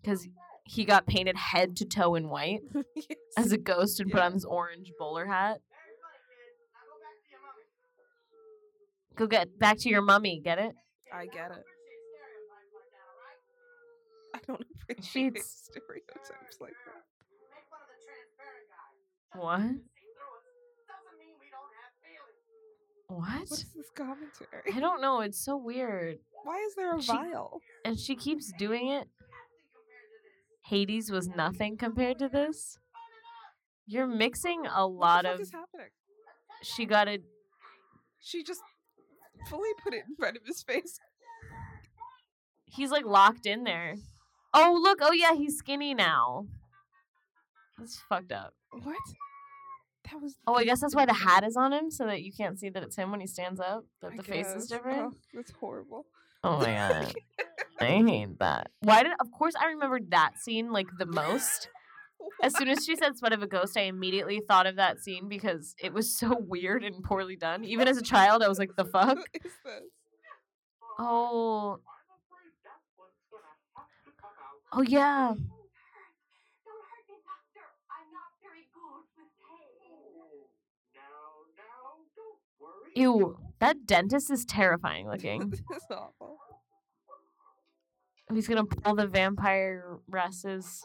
S5: because he got painted head to toe in white
S4: Yes.
S5: as a ghost and put
S4: Yeah.
S5: on this orange bowler hat. Go get back to your mummy. Get it?
S4: I get it. I don't appreciate
S5: She's-
S4: stereotypes like that.
S5: What? What?
S4: What's this
S5: I
S4: commentary?
S5: don't know. It's so weird.
S4: Why is there a
S5: She-
S4: vial?
S5: And she keeps doing it. Hades was nothing compared to this. You're mixing a
S4: What
S5: lot
S4: the fuck
S5: of.
S4: is happening?
S5: She got a
S4: She just fully put it in front of his face.
S5: He's like locked in there. Oh look! Oh yeah, he's skinny now. That's fucked up.
S4: What? That was.
S5: Oh, I guess that's why the hat is on him, so that you can't see that it's him when he stands up. That
S4: I
S5: the face is
S4: guess.
S5: different.
S4: Oh, that's horrible.
S5: Oh, my god, I hate that. Why did? Of course, I remembered that scene like the most. As soon as she said "sweat of a ghost," I immediately thought of that scene because it was so weird and poorly done. Even as a child, I was like, "The
S4: What
S5: fuck."
S4: is this?
S5: Oh. Oh yeah.
S6: Don't hurt me, Doctor. I'm not very good with pain.
S5: Ew. That dentist is terrifying looking.
S4: This is awful.
S5: He's gonna pull the vampire Russ's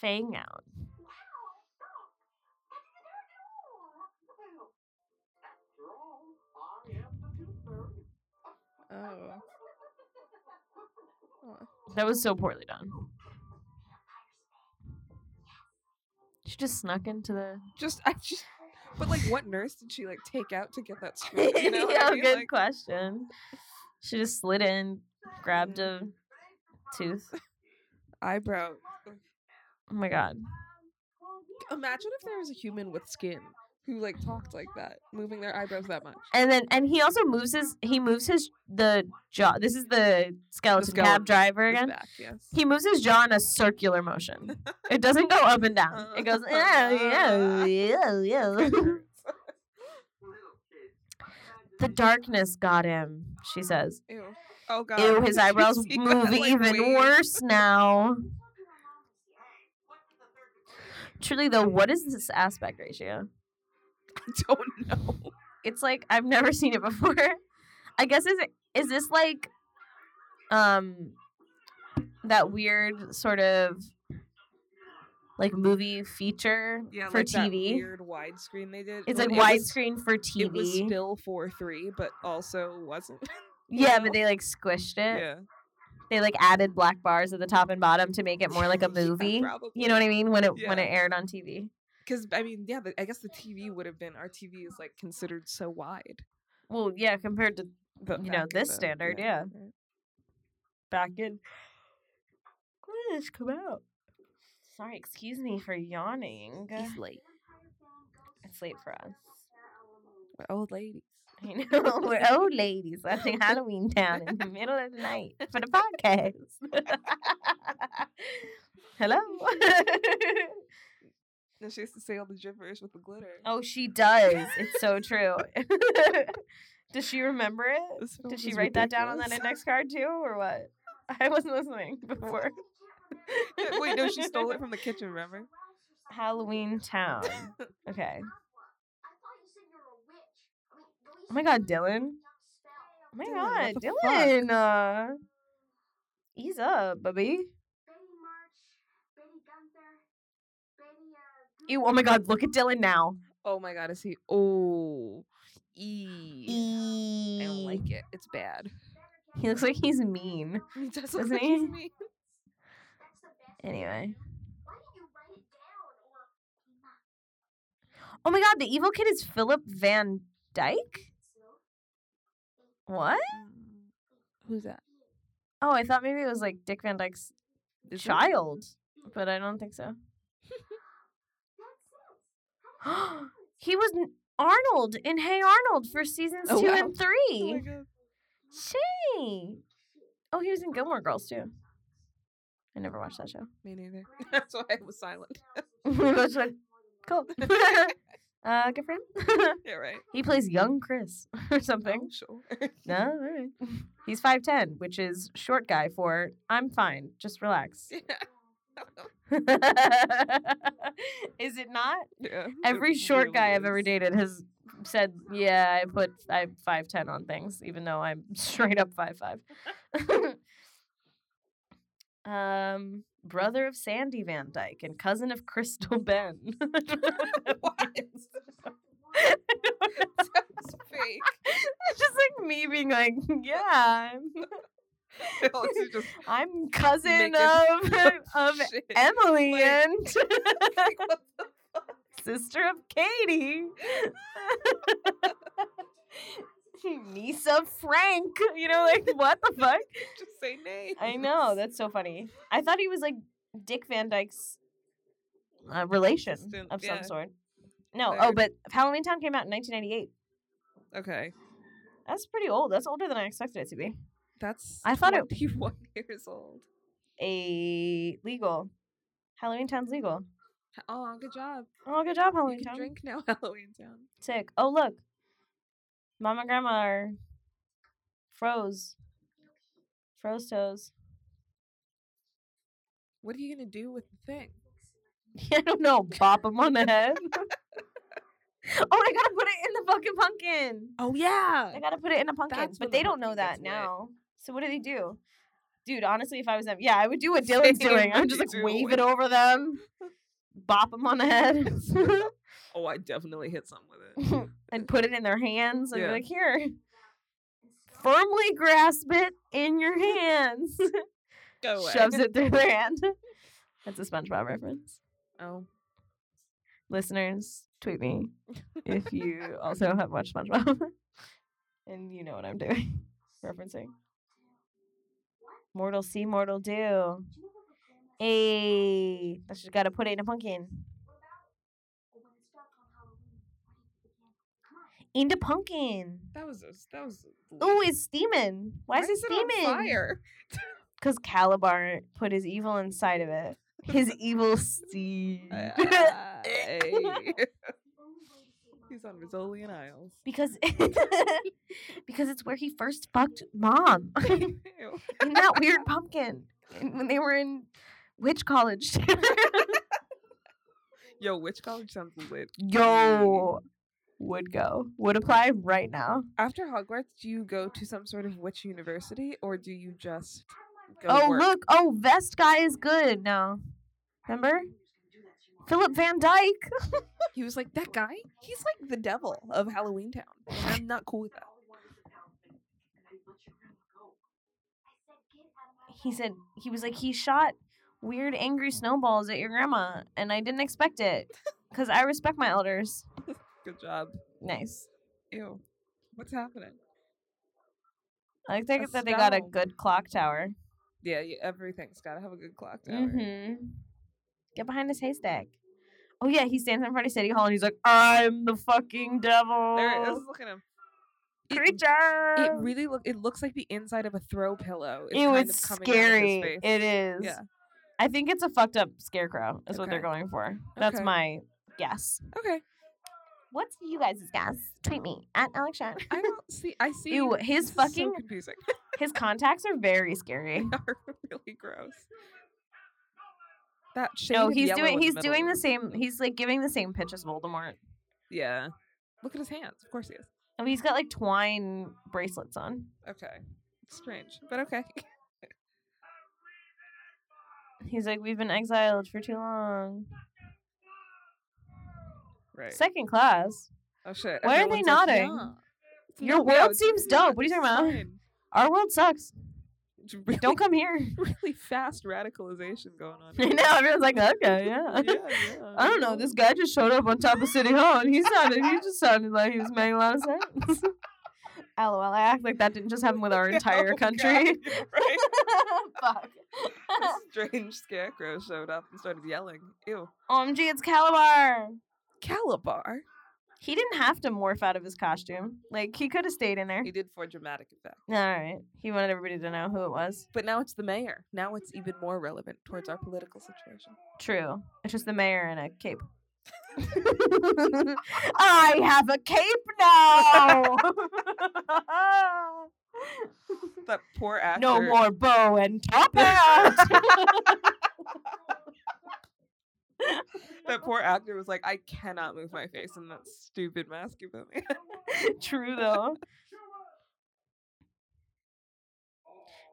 S5: fang out.
S4: Oh.
S5: That was so poorly done. She just snuck into the.
S4: Just, I just. But like, what nurse did she like take out to get that script? You know, what I
S5: Yeah,
S4: mean?
S5: good
S4: Like,
S5: question. She just slid in, grabbed a tooth.
S4: eyebrow.
S5: Oh my god.
S4: Imagine if there was a human with skin who like talked like that, moving their eyebrows that much.
S5: And then, and he also moves his. He moves his the jaw. This is the skeleton,
S4: skeleton
S5: cab driver
S4: His
S5: again.
S4: back, yes.
S5: He moves his jaw in a circular motion. it doesn't go up and down. It goes. "Oh, yeah, yeah, yeah. The darkness got him, she says.
S4: Ew. Oh god.
S5: Ew,
S4: Did
S5: his
S4: you
S5: eyebrows
S4: see that,
S5: move
S4: like,
S5: even
S4: wave?
S5: worse now. Truly, though, what is this aspect ratio?
S4: I don't know.
S5: It's like I've never seen it before. I guess is it is this like um that weird sort of like movie feature
S4: Yeah,
S5: for
S4: like that
S5: TV?
S4: weird widescreen they did.
S5: It's
S4: Well,
S5: like
S4: it was-
S5: widescreen for TV.
S4: It was still four three, but also wasn't. you
S5: yeah,
S4: know?
S5: but they like squished it.
S4: yeah.
S5: They like added black bars at the top and bottom to make it more like a
S4: Yeah,
S5: movie.
S4: probably.
S5: you know what I mean? When it when
S4: Yeah.
S5: it aired on TV.
S4: Because I mean, yeah, the, I guess the TV would have been our TV is like considered so wide.
S5: Well, yeah, compared to
S4: but
S5: You know,
S4: back in
S5: this
S4: the-
S5: standard, yeah.
S4: right.
S5: back in. When did this come out? Sorry, excuse me for yawning. It's late. It's late for us.
S4: We're old ladies.
S5: I know we're old ladies watching Halloween Town in the middle of the night for the podcast. Hello.
S4: And she has to say all the gibberish with the glitter.
S5: oh, she does. It's so true. does she remember it?
S4: This film
S5: Did she
S4: is
S5: write that down on that
S4: ridiculous.
S5: index card too, or what? I wasn't listening before.
S4: Wait, no, she stole it from the kitchen. Remember?
S5: Halloween Town. Okay.
S6: Oh my god, Dylan.
S5: Oh my
S4: Dylan, what the
S5: god,
S4: fuck?
S5: Dylan. Uh, ease up, baby. Ew, oh my god, look at Dylan now.
S4: Oh my god, is he? Oh, e. I don't
S5: Eee.
S4: like it. It's bad.
S5: He looks like he's mean.
S4: He does
S5: Doesn't
S4: look like he's
S5: he?
S4: me.
S5: Anyway.
S6: Why didn't you write it down or
S5: Oh my god, the evil kid is Philip Van Dyke? What?
S4: Who's that?
S5: Oh, I thought maybe it was like Dick Van Dyke's
S4: Is it?
S5: child, but I don't think so.
S6: No,
S5: he was n- Arnold in Hey Arnold for seasons
S4: Oh,
S5: two
S4: wow.
S5: and
S4: Oh my
S5: three.
S4: god.
S5: Shitty. Oh, he was in Gilmore Girls too. I never watched that show.
S4: Me neither. That's why I was silent.
S5: That's what- cool. uh, good for him.
S4: Yeah, right.
S5: he plays young Chris or something.
S4: Oh, sure.
S5: No, all right. He's five ten, which is short guy for I'm fine. Just relax.
S4: yeah.
S5: is it not?
S4: yeah. it
S5: Every short
S4: really
S5: guy I've ever
S4: is.
S5: dated has said, "Yeah, I put I'm five ten on things, even though I'm straight up five five. um, brother of Sandy Van Dyke and cousin of Crystal Ben.
S4: What? Sounds fake.
S5: it's just like me being like, "Yeah, I'm-
S4: Alex Oh, is just
S5: I'm cousin
S4: Making
S5: of
S4: some
S5: of
S4: shit.
S5: Emily
S4: Like-
S5: and
S4: Like, what the-
S5: sister of Katie, niece of Frank. You know, like what the fuck?
S4: just say names.
S5: I know that's so funny. I thought he was like Dick Van Dyke's uh, relation
S4: Assistant,
S5: of
S4: yeah.
S5: some sort. No, oh,
S4: Third.
S5: but Halloween Town came out in 1998.
S4: Okay.
S5: That's pretty old. That's older than I expected it to be.
S4: That's
S5: I thought it-
S4: 21 years old.
S5: A legal. Halloween Town's legal.
S4: Oh, good job.
S5: Oh, good job,
S4: You
S5: Halloween
S4: can
S5: Town.
S4: drink now, Halloween Town.
S5: Sick. Oh, look. Mom and grandma are froze. Froze toes.
S4: What are you gonna do with the thing?
S5: I don't know. Bop them on the head. oh, I gotta put it in the fucking pumpkin.
S4: Oh yeah.
S5: I gotta put it in a pumpkin.
S4: That's when
S5: but
S4: the
S5: they don't know
S4: pumpkin gets
S5: that
S4: lit.
S5: now. So what do they do? Dude, honestly, if I was them, yeah, I would do what
S4: Same,
S5: Dylan's doing. I'm
S4: you
S5: just like
S4: do
S5: wave
S4: it.
S5: it over them, bop them on the head,
S4: Oh, I definitely hit something with it.
S5: and put it in their hands and
S4: Yeah.
S5: be like, here, firmly grasp it in your hands.
S4: Go away.
S5: Shoves it through their hand. That's a SpongeBob reference.
S4: Oh,
S5: Listeners, tweet me if you also have watched SpongeBob and you know what I'm doing, referencing. Mortal see, mortal do. Hey, that's just gotta put it in a pumpkin. In the pumpkin.
S4: that was a, that was. a
S5: Ooh,
S4: leap.
S5: it's steaming. Why, is it steaming?
S4: on fire?
S5: Because Calabar put his evil inside of it. His evil steam.
S4: Ay. He's on Rizzolian Isles.
S5: because because it's where he first fucked mom in
S4: Ew.
S5: that weird pumpkin in- when they were in witch college.
S4: Yo, which college sounds lit?
S5: Yo, would go would apply right now.
S4: After Hogwarts, do you go to some sort of witch university, or do you just go
S5: oh
S4: work?
S5: look, oh vest guy is good now. Remember Philip Van Dyke?
S4: He was like that guy. He's like the devil of Halloween Town. and I'm not cool with that.
S5: He said he was like he shot weird angry snowballs at your grandma, and I didn't expect it because I respect my elders.
S4: Good job.
S5: Nice.
S4: Ew, what's happening?
S5: I like that, that they got a
S4: Estelle.
S5: good clock tower.
S4: Yeah, you, everything's gotta have a good clock tower.
S5: Mm-hmm. Get behind this haystack. Oh yeah, he stands in front of City Hall and he's like, "I'm the fucking devil."
S4: There it is. Look at him. It-
S5: Creature.
S4: It really look. It looks like the inside of a throw pillow. It's
S5: it
S4: kind
S5: was
S4: of coming out of his
S5: scary.
S4: face.
S5: It is.
S4: Yeah.
S5: I think it's a fucked up scarecrow. Is what they're
S4: Okay.
S5: going for. That's
S4: Okay.
S5: my guess.
S4: Okay.
S5: What's you guys' guess? Tweet me at Alex Shan.
S4: I don't see. I see.
S5: Ew, his
S4: this is so
S5: fucking-
S4: confusing.
S5: His contacts are very scary.
S4: They are really gross. That shade.
S5: No,
S4: of
S5: he's
S4: yellow in
S5: doing
S4: the
S5: he's doing
S4: middle
S5: the
S4: is-
S5: same. He's like giving the same pitch as Voldemort.
S4: Yeah. Look at his hands. Of course he is.
S5: Oh, he's got like twine bracelets on.
S4: Okay. Strange, but okay.
S5: He's like, we've been exiled for too long.
S4: Right.
S5: Second class.
S4: oh shit.
S5: why are they
S4: everyone's
S5: nodding?
S4: "Yeah." It's
S5: Your
S4: not- no,
S5: world
S4: it's
S5: seems
S4: not,
S5: dope. What are you
S4: it's
S5: talking about?
S4: fine.
S5: Our world sucks.
S4: It's Really,
S5: Don't come here.
S4: Really fast radicalization going on.
S5: I
S4: here.
S5: know. Everyone's like, okay, yeah.
S4: Yeah, yeah,
S5: I don't know. This guy just showed up on top of City Hall, and he sounded. He just sounded like he was making a lot of sense. LOL. I act like that didn't just happen with our entire
S4: Oh, God,
S5: country.
S4: you're right.
S5: Fuck.
S4: This strange scarecrow showed up and started yelling. Ew.
S5: OMG! It's Calabar.
S4: Calabar.
S5: He didn't have to morph out of his costume. Like he could have stayed in there.
S4: He did for dramatic effect.
S5: All right. He wanted everybody to know who it was.
S4: But now it's the mayor. Now it's even more relevant towards our political situation.
S5: True. It's just the mayor in a cape. I have a cape now.
S4: That poor actor.
S5: no more bow and top hat.
S4: That poor actor was like, I cannot move my face in that stupid mask you put me. in."
S5: True though.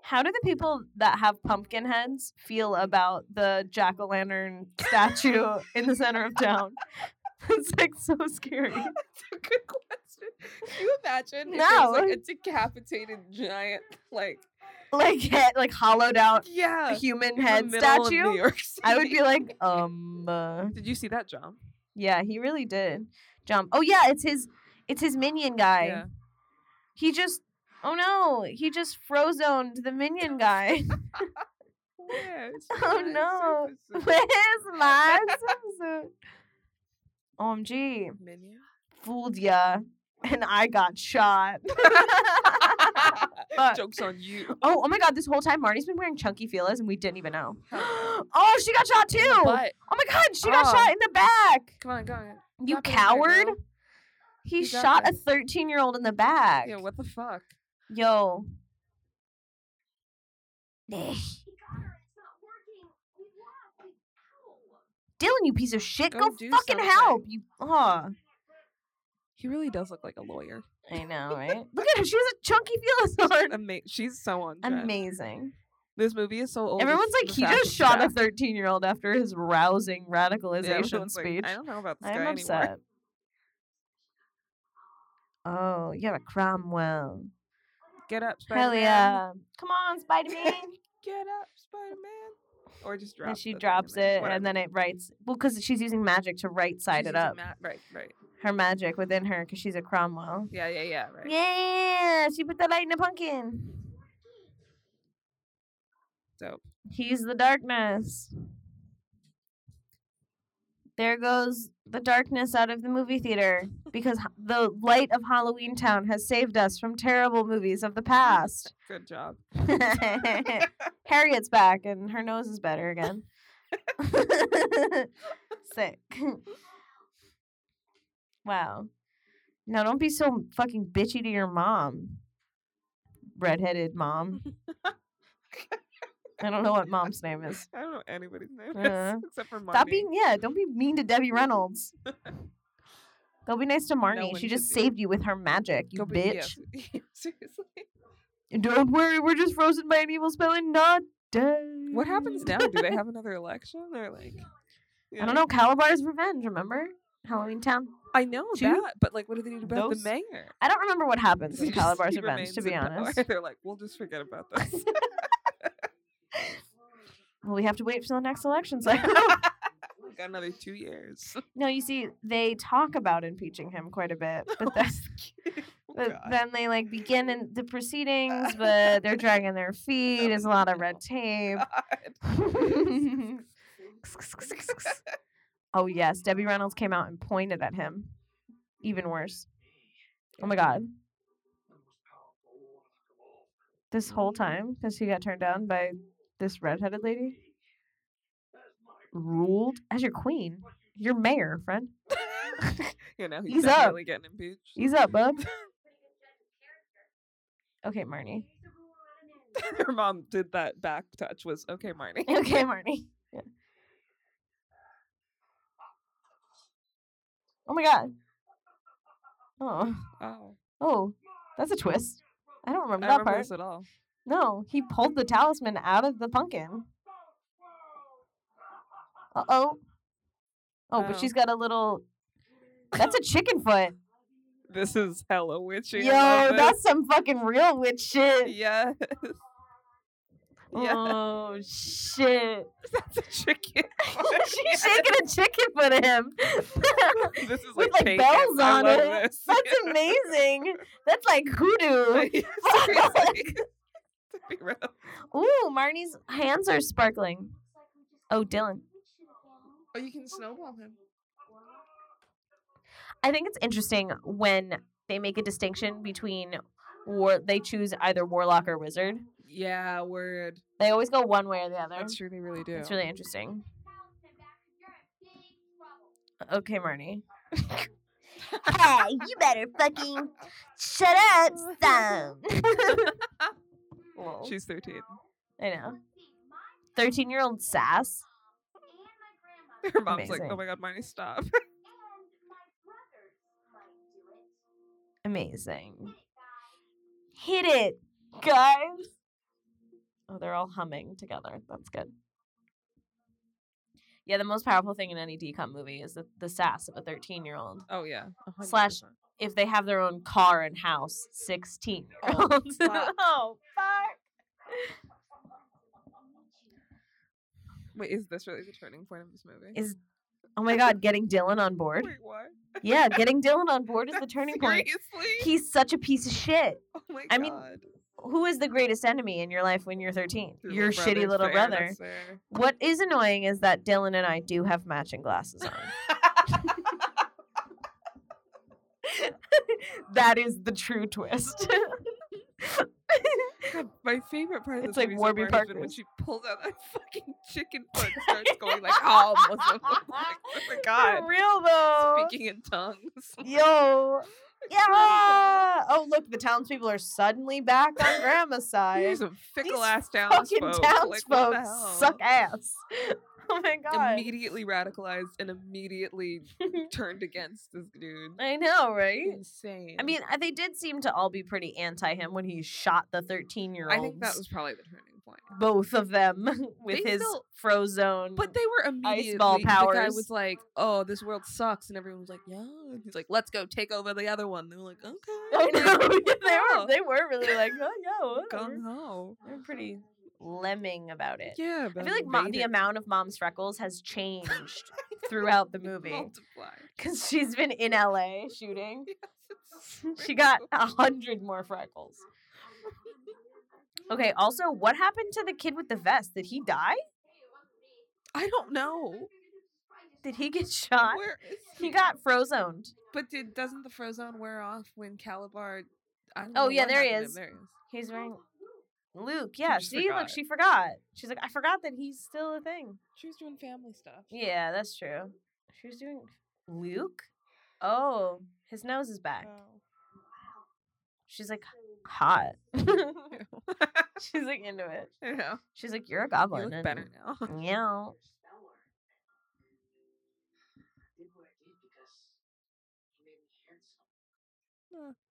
S5: How do the people that have pumpkin heads feel about the jack o' lantern statue in the center of town? It's like so scary.
S4: That's a good question. Can you imagine? If there was,
S5: No.
S4: like a decapitated giant, like
S5: Like head, like hollowed out
S4: yeah,
S5: human
S4: in the
S5: head
S4: middle of New
S5: statue.
S4: York
S5: I would
S4: City.
S5: be like, um, uh,
S4: Did you see that, John?
S5: yeah, he really did jump. Oh yeah, it's his, it's his minion guy.
S4: Yeah.
S5: He just, oh no, he just frozoned the minion guy.
S4: Where's my
S5: Oh, no.
S4: supersuit?
S5: Where's my swimsuit? OMG,
S4: Minion?
S5: fooled ya, and I got shot. Fuck.
S4: Jokes on you.
S5: Oh, oh my god, this whole time Marty's been wearing chunky feelers and we didn't even know. oh, she got shot too.
S4: But
S5: oh my god, she got
S4: Oh.
S5: shot in the back.
S4: come on, go ahead.
S5: You
S4: Drop it in there,
S5: coward.
S4: girl.
S5: He
S4: You got
S5: shot a
S4: this.
S5: 13 year old in the back.
S4: Yeah, what the fuck?
S5: Yo. Eh.
S6: We got her. It's not working. We lost. We ow.
S5: Dylan, you piece of shit,
S4: Go
S5: go,
S4: do
S5: fucking help.
S4: something.
S5: You oh,
S4: He really does look like a lawyer.
S5: I know, right? Look at her. She has a chunky feelers on.
S4: Ama- she's so on. trend.
S5: Amazing.
S4: This movie is so old. it's
S5: Everyone's like,
S4: the
S5: he just
S4: fastest
S5: shot a
S4: draft."
S5: 13 year old after his rousing
S4: Yeah,
S5: radicalization
S4: everyone's like,
S5: speech.
S4: I don't know about this
S5: I'm
S4: guy
S5: upset.
S4: anymore.
S5: Oh, you're a Cromwell.
S4: Get up, Spider
S5: Hell yeah. Come on, Spider Man.
S4: Get up, Spider Man. Or just drop.
S5: and she
S4: the thing
S5: drops
S4: there.
S5: it,
S4: Whatever.
S5: and then it writes. Well, because she's using magic to right side
S4: She's
S5: it
S4: using
S5: up.
S4: ma- right, right.
S5: her magic within her, because she's a Cromwell.
S4: Yeah, yeah, yeah. Right.
S5: Yeah, she put the light in a pumpkin.
S4: Dope.
S5: He's the darkness. There goes the darkness out of the movie theater because h- the light of Halloween Town has saved us from terrible movies of the past.
S4: Good job.
S5: Harriet's back and her nose is better again. Sick. Wow. Now don't be so fucking bitchy to your mom. Redheaded mom. I don't know what mom's name is.
S4: I don't know anybody's name
S5: Uh,
S4: is, except for Marnie.
S5: Stop being yeah, don't be mean to Debbie Reynolds. Go be nice to Marnie.
S4: one
S5: she just
S4: should be.
S5: saved you with her magic, you
S4: Go be- yeah,
S5: bitch.
S4: se- seriously.
S5: Don't worry, we're just frozen by an evil spell and not dead.
S4: What happens now? Do they have another election? Or like,
S5: I don't know. Calabar's Revenge, remember? Halloween Town.
S4: I know
S5: Two?
S4: that, but like, what do they do about
S5: Those-
S4: the mayor?
S5: I don't remember what happens
S4: He
S5: in
S4: just-
S5: Calabar's
S4: he
S5: Revenge, to
S4: remains
S5: be
S4: in power.
S5: honest.
S4: They're like, we'll just forget about this.
S5: Well, we have to wait for the next election cycle.
S4: We got another two years.
S5: no, you see, they talk about impeaching him quite a bit, but then,
S4: Oh,
S5: but
S4: God.
S5: then they like begin in the proceedings, but they're dragging their feet. It's a lot of red tape. oh yes, Debbie Reynolds came out and pointed at him. Even worse. Oh my god. This whole time, because she got turned down by this redheaded lady, ruled as your queen, your mayor, friend.
S4: you know, he's,
S5: He's up.
S4: definitely getting impeached.
S5: He's up, bub.
S6: Pretty good judge of character.
S5: Okay, Marnie.
S6: Here's the rule on an end.
S4: Her mom did that back touch. Was okay, Marnie.
S5: Okay, Marnie. Yeah. Oh my god. Oh.
S4: Oh,
S5: Oh, that's a twist. I don't
S4: I
S5: remember that
S4: remember
S5: part.
S4: this at all.
S5: No, he pulled the talisman out of the pumpkin. Uh oh. Oh,
S4: Oh.
S5: but she's got a little. That's a chicken foot.
S4: This is hella witchy. I
S5: Yo,
S4: love it.
S5: that's some fucking real witch shit.
S4: yeah. Yeah.
S5: Oh shit!
S4: That's a chicken.
S5: she's shaking a chicken foot at him.
S4: this is
S5: with,
S4: like,
S5: like,
S4: pagan.
S5: bells
S4: I
S5: on
S4: love
S5: it.
S4: This.
S5: That's amazing. That's like hoodoo.
S4: Like, seriously. To be real.
S5: Ooh, Marnie's hands are sparkling. Oh, Dylan.
S4: Oh, you can snowball him.
S5: I think it's interesting when they make a distinction between war. They choose either warlock or wizard.
S4: Yeah, word.
S5: They always go one way or the other.
S4: That's true. They really do.
S5: It's really interesting. Okay, Marnie. hey, you better fucking shut up, son. Lol.
S4: She's 13.
S5: I know. 13 year old sass.
S4: Her mom's like, oh
S5: Amazing.
S4: my god, Marnie, stop.
S5: Amazing. Hit it, guys. Oh, they're all humming together. That's good. Yeah, the most powerful thing in any decom movie is the, the sass of a 13 year old.
S4: Oh yeah. a hundred
S5: Slash-
S4: percent.
S5: If they have their own car and house, 16 year olds.
S4: fuck.
S5: oh, fuck.
S4: Wait, is this really the turning point of this movie?
S5: Is- Oh my God, getting Dylan on board?
S4: Wait, what?
S5: Yeah, getting Dylan on board is the turning point.
S4: Seriously?
S5: He's such a piece of shit.
S4: oh my
S5: I
S4: god.
S5: mean, Who is the greatest enemy in your life when you're 13? Your, shitty little brother. What is annoying is that Dylan and I do have matching glasses on. that is the true twist.
S4: My favorite part of
S5: It's
S4: this
S5: like
S4: movie
S5: Warby
S4: so far has been when
S5: Parker's.
S4: she pulls out that fucking chicken foot and starts going like, "Oh, Muslim." Like, oh my god!
S5: For real though.
S4: Speaking in tongues.
S5: Yo. Yeah. Oh, look, the townspeople are suddenly back on grandma's side.
S4: These some fickle
S5: These
S4: ass townsfolk.
S5: Fucking
S4: Like, what the
S5: townsfolk
S4: hell?
S5: suck ass. Oh my god.
S4: Immediately radicalized and immediately turned against this dude.
S5: I know, right?
S4: Insane.
S5: I mean, uh, they did seem to all be pretty anti him when he shot the 13 year
S4: I
S5: olds.
S4: think that was probably the turning point.
S5: both of them with
S4: They
S5: his
S4: felt-
S5: frozone.
S4: But they were immediately.
S5: Mm. ball
S4: The guy
S5: powers.
S4: was like, "Oh, this world sucks," and everyone was like, "Yeah." And he's like, "Let's go take over the other one." They were like, "Okay."
S5: I know.
S4: Like,
S5: yeah, they
S4: yeah.
S5: were they were really like, oh yeah, whatever."
S4: gung ho.
S5: They were pretty lemming about it.
S4: Yeah,
S5: I
S4: but
S5: feel like mo-
S4: made
S5: the
S4: it
S5: amount of mom's freckles has changed throughout the movie
S4: multiplied.
S5: because she's been in LA shooting.
S4: Yes, it's so
S5: she got
S4: real.
S5: a hundred more freckles. Okay. Also, what happened to the kid with the vest? Did he die?
S4: I don't know.
S5: Did he get shot?
S4: Where is
S5: He got frozoned.
S4: But did doesn't the frozone wear off when Calabar? I don't
S5: Oh,
S4: know
S5: yeah,
S4: what
S5: there he
S4: happened to him.
S5: is.
S4: There he is.
S5: He's wearing Luke. Yeah.
S4: just
S5: See, look,
S4: forgot.
S5: she forgot. She's like, I forgot that he's still a thing.
S4: She was doing family stuff.
S5: Yeah, that's true. She was doing Luke. Oh, his nose is back.
S4: Oh.
S5: She's like hot. She's like into it.
S4: yeah.
S5: She's like, you're a
S4: You
S5: goblin.
S4: look
S5: and-
S4: better now.
S5: Yeah.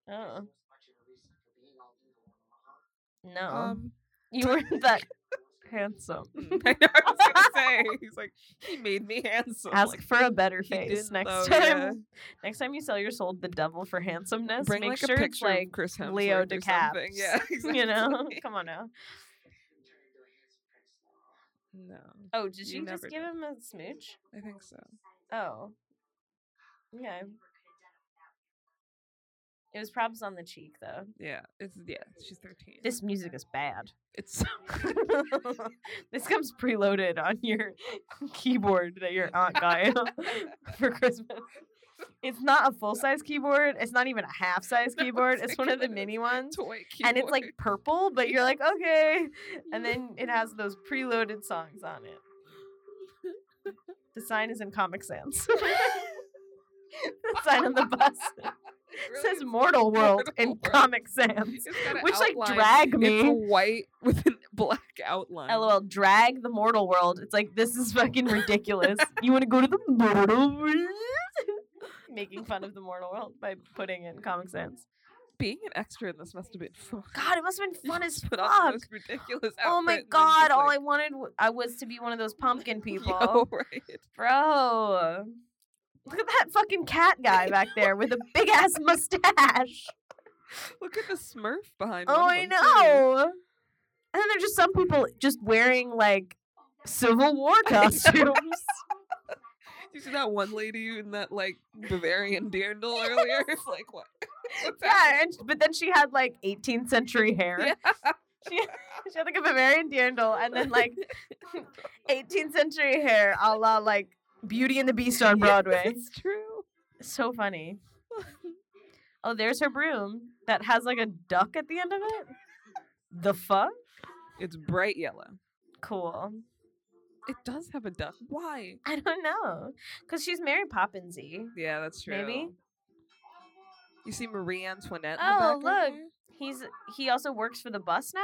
S5: Uh, no,
S4: Um,
S5: you weren't that handsome.
S4: I know. I was gonna say. He's like, he made me handsome.
S5: Ask
S4: like,
S5: for a better
S4: he
S5: face
S4: didn't,
S5: next
S4: though,
S5: time.
S4: yeah.
S5: Next time you sell your soul to the devil for handsomeness,
S4: Bring
S5: make
S4: like
S5: sure
S4: a
S5: it's
S4: picture
S5: like
S4: of Chris Hemsworth
S5: Leo
S4: or something.
S5: DiCaprio.
S4: Yeah, exactly.
S5: You know, come on now.
S4: No,
S5: Oh, did she
S4: You
S5: just
S4: never
S5: give
S4: know.
S5: him a smooch?
S4: I think so.
S5: Oh, yeah. It was probs on the cheek though.
S4: Yeah, it's yeah. She's thirteen.
S5: This music is bad.
S4: it's so
S5: this comes preloaded on your keyboard that your aunt got you for Christmas. It's not a full size keyboard. It's not even a half size
S4: No,
S5: keyboard.
S4: it's
S5: It's
S4: like
S5: one of the
S4: one of
S5: mini ones.
S4: toy cute.
S5: And it's like purple, but you're like, okay. And then it has those preloaded songs on it. The sign is in Comic Sans. the sign on the bus says Mortal World in
S4: Mortal World.
S5: Comic Sans. Which, like, drag
S4: It's
S5: me.
S4: white with a black outline.
S5: LOL, drag the mortal world. It's like, this is fucking ridiculous. you want to go to the mortal world? Making fun of the mortal world by putting it in Comic Sans.
S4: Being an extra in this must have been fun.
S5: God, it must have been fun as
S4: Put on the
S5: fuck.
S4: most ridiculous.
S5: Oh my
S4: outfit and then
S5: god,
S4: just,
S5: all I
S4: like,
S5: wanted w- I was to be one of those pumpkin people.
S4: Yo, right.
S5: Bro. Look at that fucking cat guy back there with a big ass mustache.
S4: Look at the Smurf behind.
S5: Oh,
S4: one
S5: I
S4: of them, too.
S5: know. And then there's just some people just wearing like Civil War costumes.
S4: You see that one lady in that like Bavarian dirndl earlier? It's like what? What's
S5: yeah, and, but then she had like 18th century hair.
S4: happening?
S5: She, she had like a Bavarian dirndl and then like 18th century hair a la like Beauty and the Beast on
S4: Yeah,
S5: Broadway.
S4: It's true.
S5: So funny. Oh, there's her broom that has like a duck at the end of it. The fuck?
S4: It's bright yellow.
S5: Cool.
S4: It does have a duck. Why?
S5: I don't know. Because she's Mary Poppinsy.
S4: Yeah, that's true.
S5: Maybe.
S4: You see Marie Antoinette.
S5: Oh,
S4: in the back
S5: look. He's he also works for the bus now?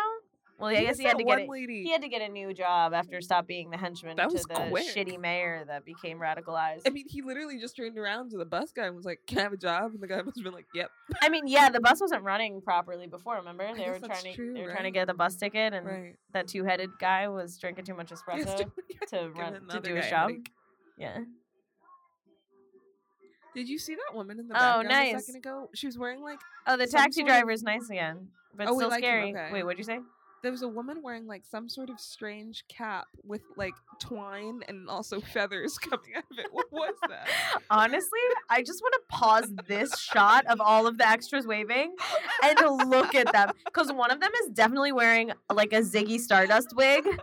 S5: Well, I guess he had to
S4: one
S5: get it.
S4: lady.
S5: He had to get a new job after stop being the henchman
S4: That
S5: to
S4: was
S5: the
S4: quick.
S5: shitty mayor that became radicalized.
S4: I mean, he literally just turned around to the bus guy and was like, "Can I have a job?" And the guy must have been like, "Yep,
S5: I mean, yeah, the bus wasn't running properly before. Remember, they
S4: guess
S5: were
S4: that's
S5: trying to
S4: true,
S5: they were trying to
S4: right?
S5: get the bus ticket, and
S4: right."
S5: that two-headed guy was drinking too much
S4: Yes,
S5: espresso
S4: don't- yeah,
S5: to
S4: give
S5: run to
S4: another
S5: do his
S4: guy a
S5: job.
S4: break.
S5: Yeah,
S4: Did you see that woman in the
S5: Oh,
S4: background a
S5: nice.
S4: second ago? She was wearing like
S5: Oh, the
S4: Some
S5: taxi
S4: sort of-
S5: driver is nice again, but
S4: Oh, we
S5: still
S4: like him,
S5: scary.
S4: okay.
S5: Wait, what'd you say?
S4: there was a woman wearing like some sort of strange cap with like twine and also feathers coming out of it. What was that?
S5: Honestly, I just want to pause this shot of all of the extras waving and look at them because one of them is definitely wearing like a Ziggy Stardust wig,
S4: Oh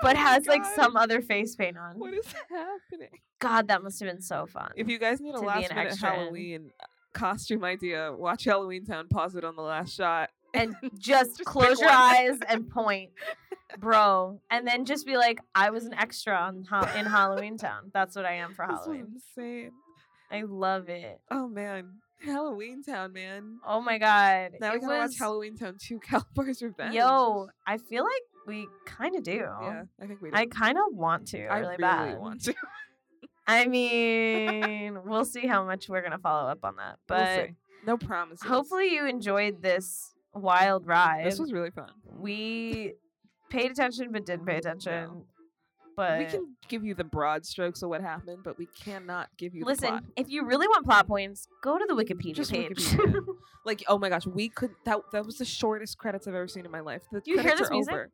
S5: but
S4: my
S5: has like
S4: God.
S5: some other face paint on.
S4: What is happening?
S5: God, that must have been so fun.
S4: If you guys need
S5: To
S4: a
S5: be an
S4: last minute
S5: extra in.
S4: Halloween uh, costume idea, watch Halloween Town. Pause it on the last shot.
S5: and just,
S4: Just
S5: close
S4: pick
S5: your
S4: one.
S5: eyes and point, bro, and then just be like, "I was an extra on ha- in Halloween Town. That's what I am for
S4: This was
S5: Halloween.
S4: insane.
S5: I love it.
S4: Oh man, Halloween Town, man.
S5: Oh my god,
S4: Now we
S5: it
S4: gotta watch
S5: was-
S4: Halloween Town 2 Calbar's Revenge.
S5: Yo, I feel like we kind of do.
S4: Yeah, I think we did.
S5: I kind of want to
S4: I
S5: really, bad.
S4: want to.
S5: I mean, we'll see how much we're gonna follow up on that,
S4: We'll
S5: but
S4: see. no promises.
S5: hopefully you enjoyed this wild ride.
S4: this was really fun.
S5: we paid attention but didn't pay attention. But
S4: we can give you the broad strokes of what happened, but we cannot give you the
S5: Listen,
S4: plot.
S5: if you really want plot points, go to the Wikipedia
S4: Just
S5: page.
S4: Wikipedia. Like, oh my gosh, we could that that was the shortest credits I've ever seen in my life. The
S5: You hear
S4: credits
S5: this
S4: are
S5: music?
S4: over.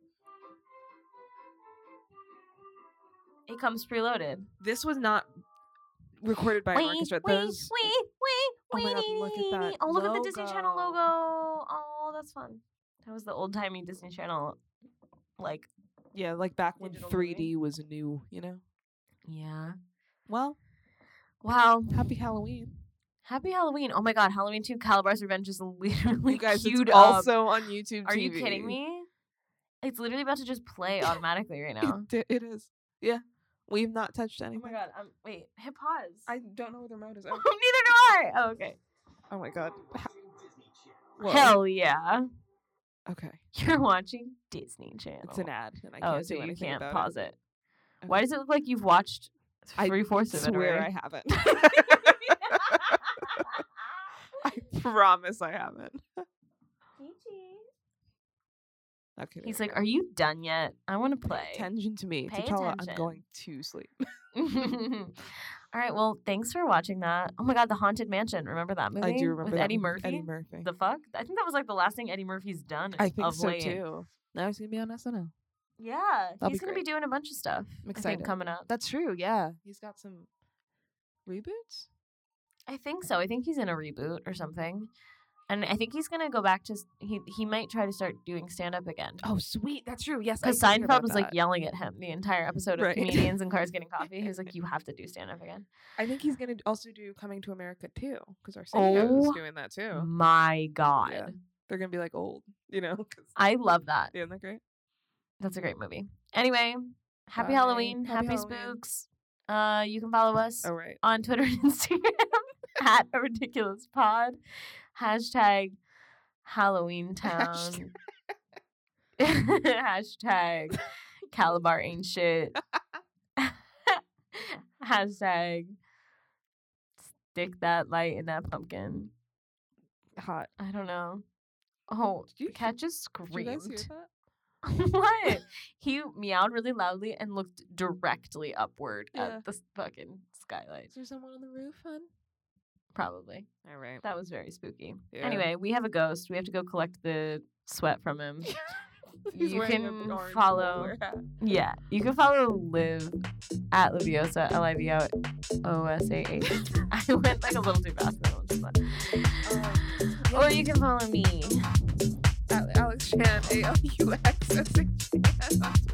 S5: it comes preloaded.
S4: This was not recorded by an
S5: Wee,
S4: orchestra.
S5: wee,
S4: Those
S5: wee, wee,
S4: Oh my
S5: wee,
S4: God,
S5: dee,
S4: look at
S5: dee,
S4: that
S5: dee. Oh, look at the Disney Channel
S4: logo.
S5: logo. Oh, that's fun. That was the old timey Disney Channel. Like,
S4: yeah, like back when
S5: Digital
S4: 3D was new, you know.
S5: yeah.
S4: Well,
S5: Wow.
S4: happy Halloween.
S5: Happy Halloween. Oh my God. Halloween 2 Calabar's Revenge is literally
S4: You guys it's
S5: queued up.
S4: also on YouTube
S5: Are you
S4: TV.
S5: kidding me? It's literally about to just play automatically right
S4: It
S5: now.
S4: di- it is. Yeah. We've not touched
S5: Oh
S4: anything.
S5: my God. Um, wait, hit pause.
S4: I don't know where the remote is.
S5: Neither
S4: Oh,
S5: do I. Oh, okay.
S4: oh my god. Ha- Whoa.
S5: Hell yeah.
S4: Okay.
S5: You're watching Disney Channel.
S4: It's an ad, and I
S5: oh,
S4: can't do
S5: so you
S4: anything
S5: can't
S4: about
S5: pause
S4: it.
S5: it. Why
S4: Okay.
S5: does it look like you've watched
S4: I
S5: three fourths of it?
S4: Swear I
S5: already?
S4: haven't. I promise I haven't. Okay.
S5: He's like, "Are you done yet? I want to play."
S4: attention to me.
S5: Pay
S4: T'Challa,
S5: attention.
S4: I'm going to sleep.
S5: All right. Well, thanks for watching that. Oh my God, the Haunted Mansion. Remember that movie?
S4: I do remember
S5: with
S4: that
S5: Eddie
S4: movie.
S5: Murphy.
S4: Eddie Murphy.
S5: The fuck? I think that was like the last thing Eddie Murphy's done.
S4: I think
S5: of
S4: so
S5: late.
S4: too. Now he's gonna be on SNL.
S5: Yeah,
S4: That'll
S5: he's
S4: be
S5: gonna be
S4: great.
S5: doing a bunch of stuff.
S4: I'm
S5: I think
S4: excited.
S5: coming up.
S4: That's true. Yeah, he's got some reboots.
S5: I think so. I think he's in a reboot or something. And I think he's gonna go back to s- he he might try to start doing stand up again.
S4: Oh, sweet. That's true. Yes. I
S5: Because
S4: did hear
S5: Seinfeld
S4: about
S5: was like
S4: that.
S5: yelling at him the entire episode of
S4: Right.
S5: comedians and cars getting coffee. He was like, "You have to do stand up again."
S4: I think he's gonna also do Coming to America too, because our CEO
S5: Oh
S4: is doing that too.
S5: My God,
S4: They're gonna be like old, you know. 'cause-
S5: I love that.
S4: Isn't that great?
S5: That's a great movie. Anyway, happy
S4: Bye.
S5: Halloween, happy,
S4: Happy Halloween.
S5: spooks. Uh, you can follow us
S4: Oh right.
S5: on Twitter and Instagram at a ridiculous pod, hashtag Halloween Town, hashtag Calabar ain't shit. Hashtag stick that light in that pumpkin.
S4: Hot.
S5: I don't know. Oh,
S4: Did you
S5: the cat just
S4: Did you guys hear
S5: screamed.
S4: that?
S5: what? He meowed really loudly and looked directly upward
S4: Yeah.
S5: at the s- fucking skylight.
S4: Is there someone on the roof, hun?
S5: Probably.
S4: All right.
S5: That was very spooky.
S4: Yeah.
S5: Anyway, we have a ghost. We have to go collect the sweat from him.
S4: He's
S5: Mm. you
S4: wearing a
S5: can
S4: big orange
S5: follow-
S4: bowler hat.
S5: Yeah, you can follow Liv at Liviosa, L I V O O S A H. I went like a little too fast. but I was fun. Or you can follow me.
S4: Al- Alex Chan, A L U X S H A N on Twitter.
S5: Uh,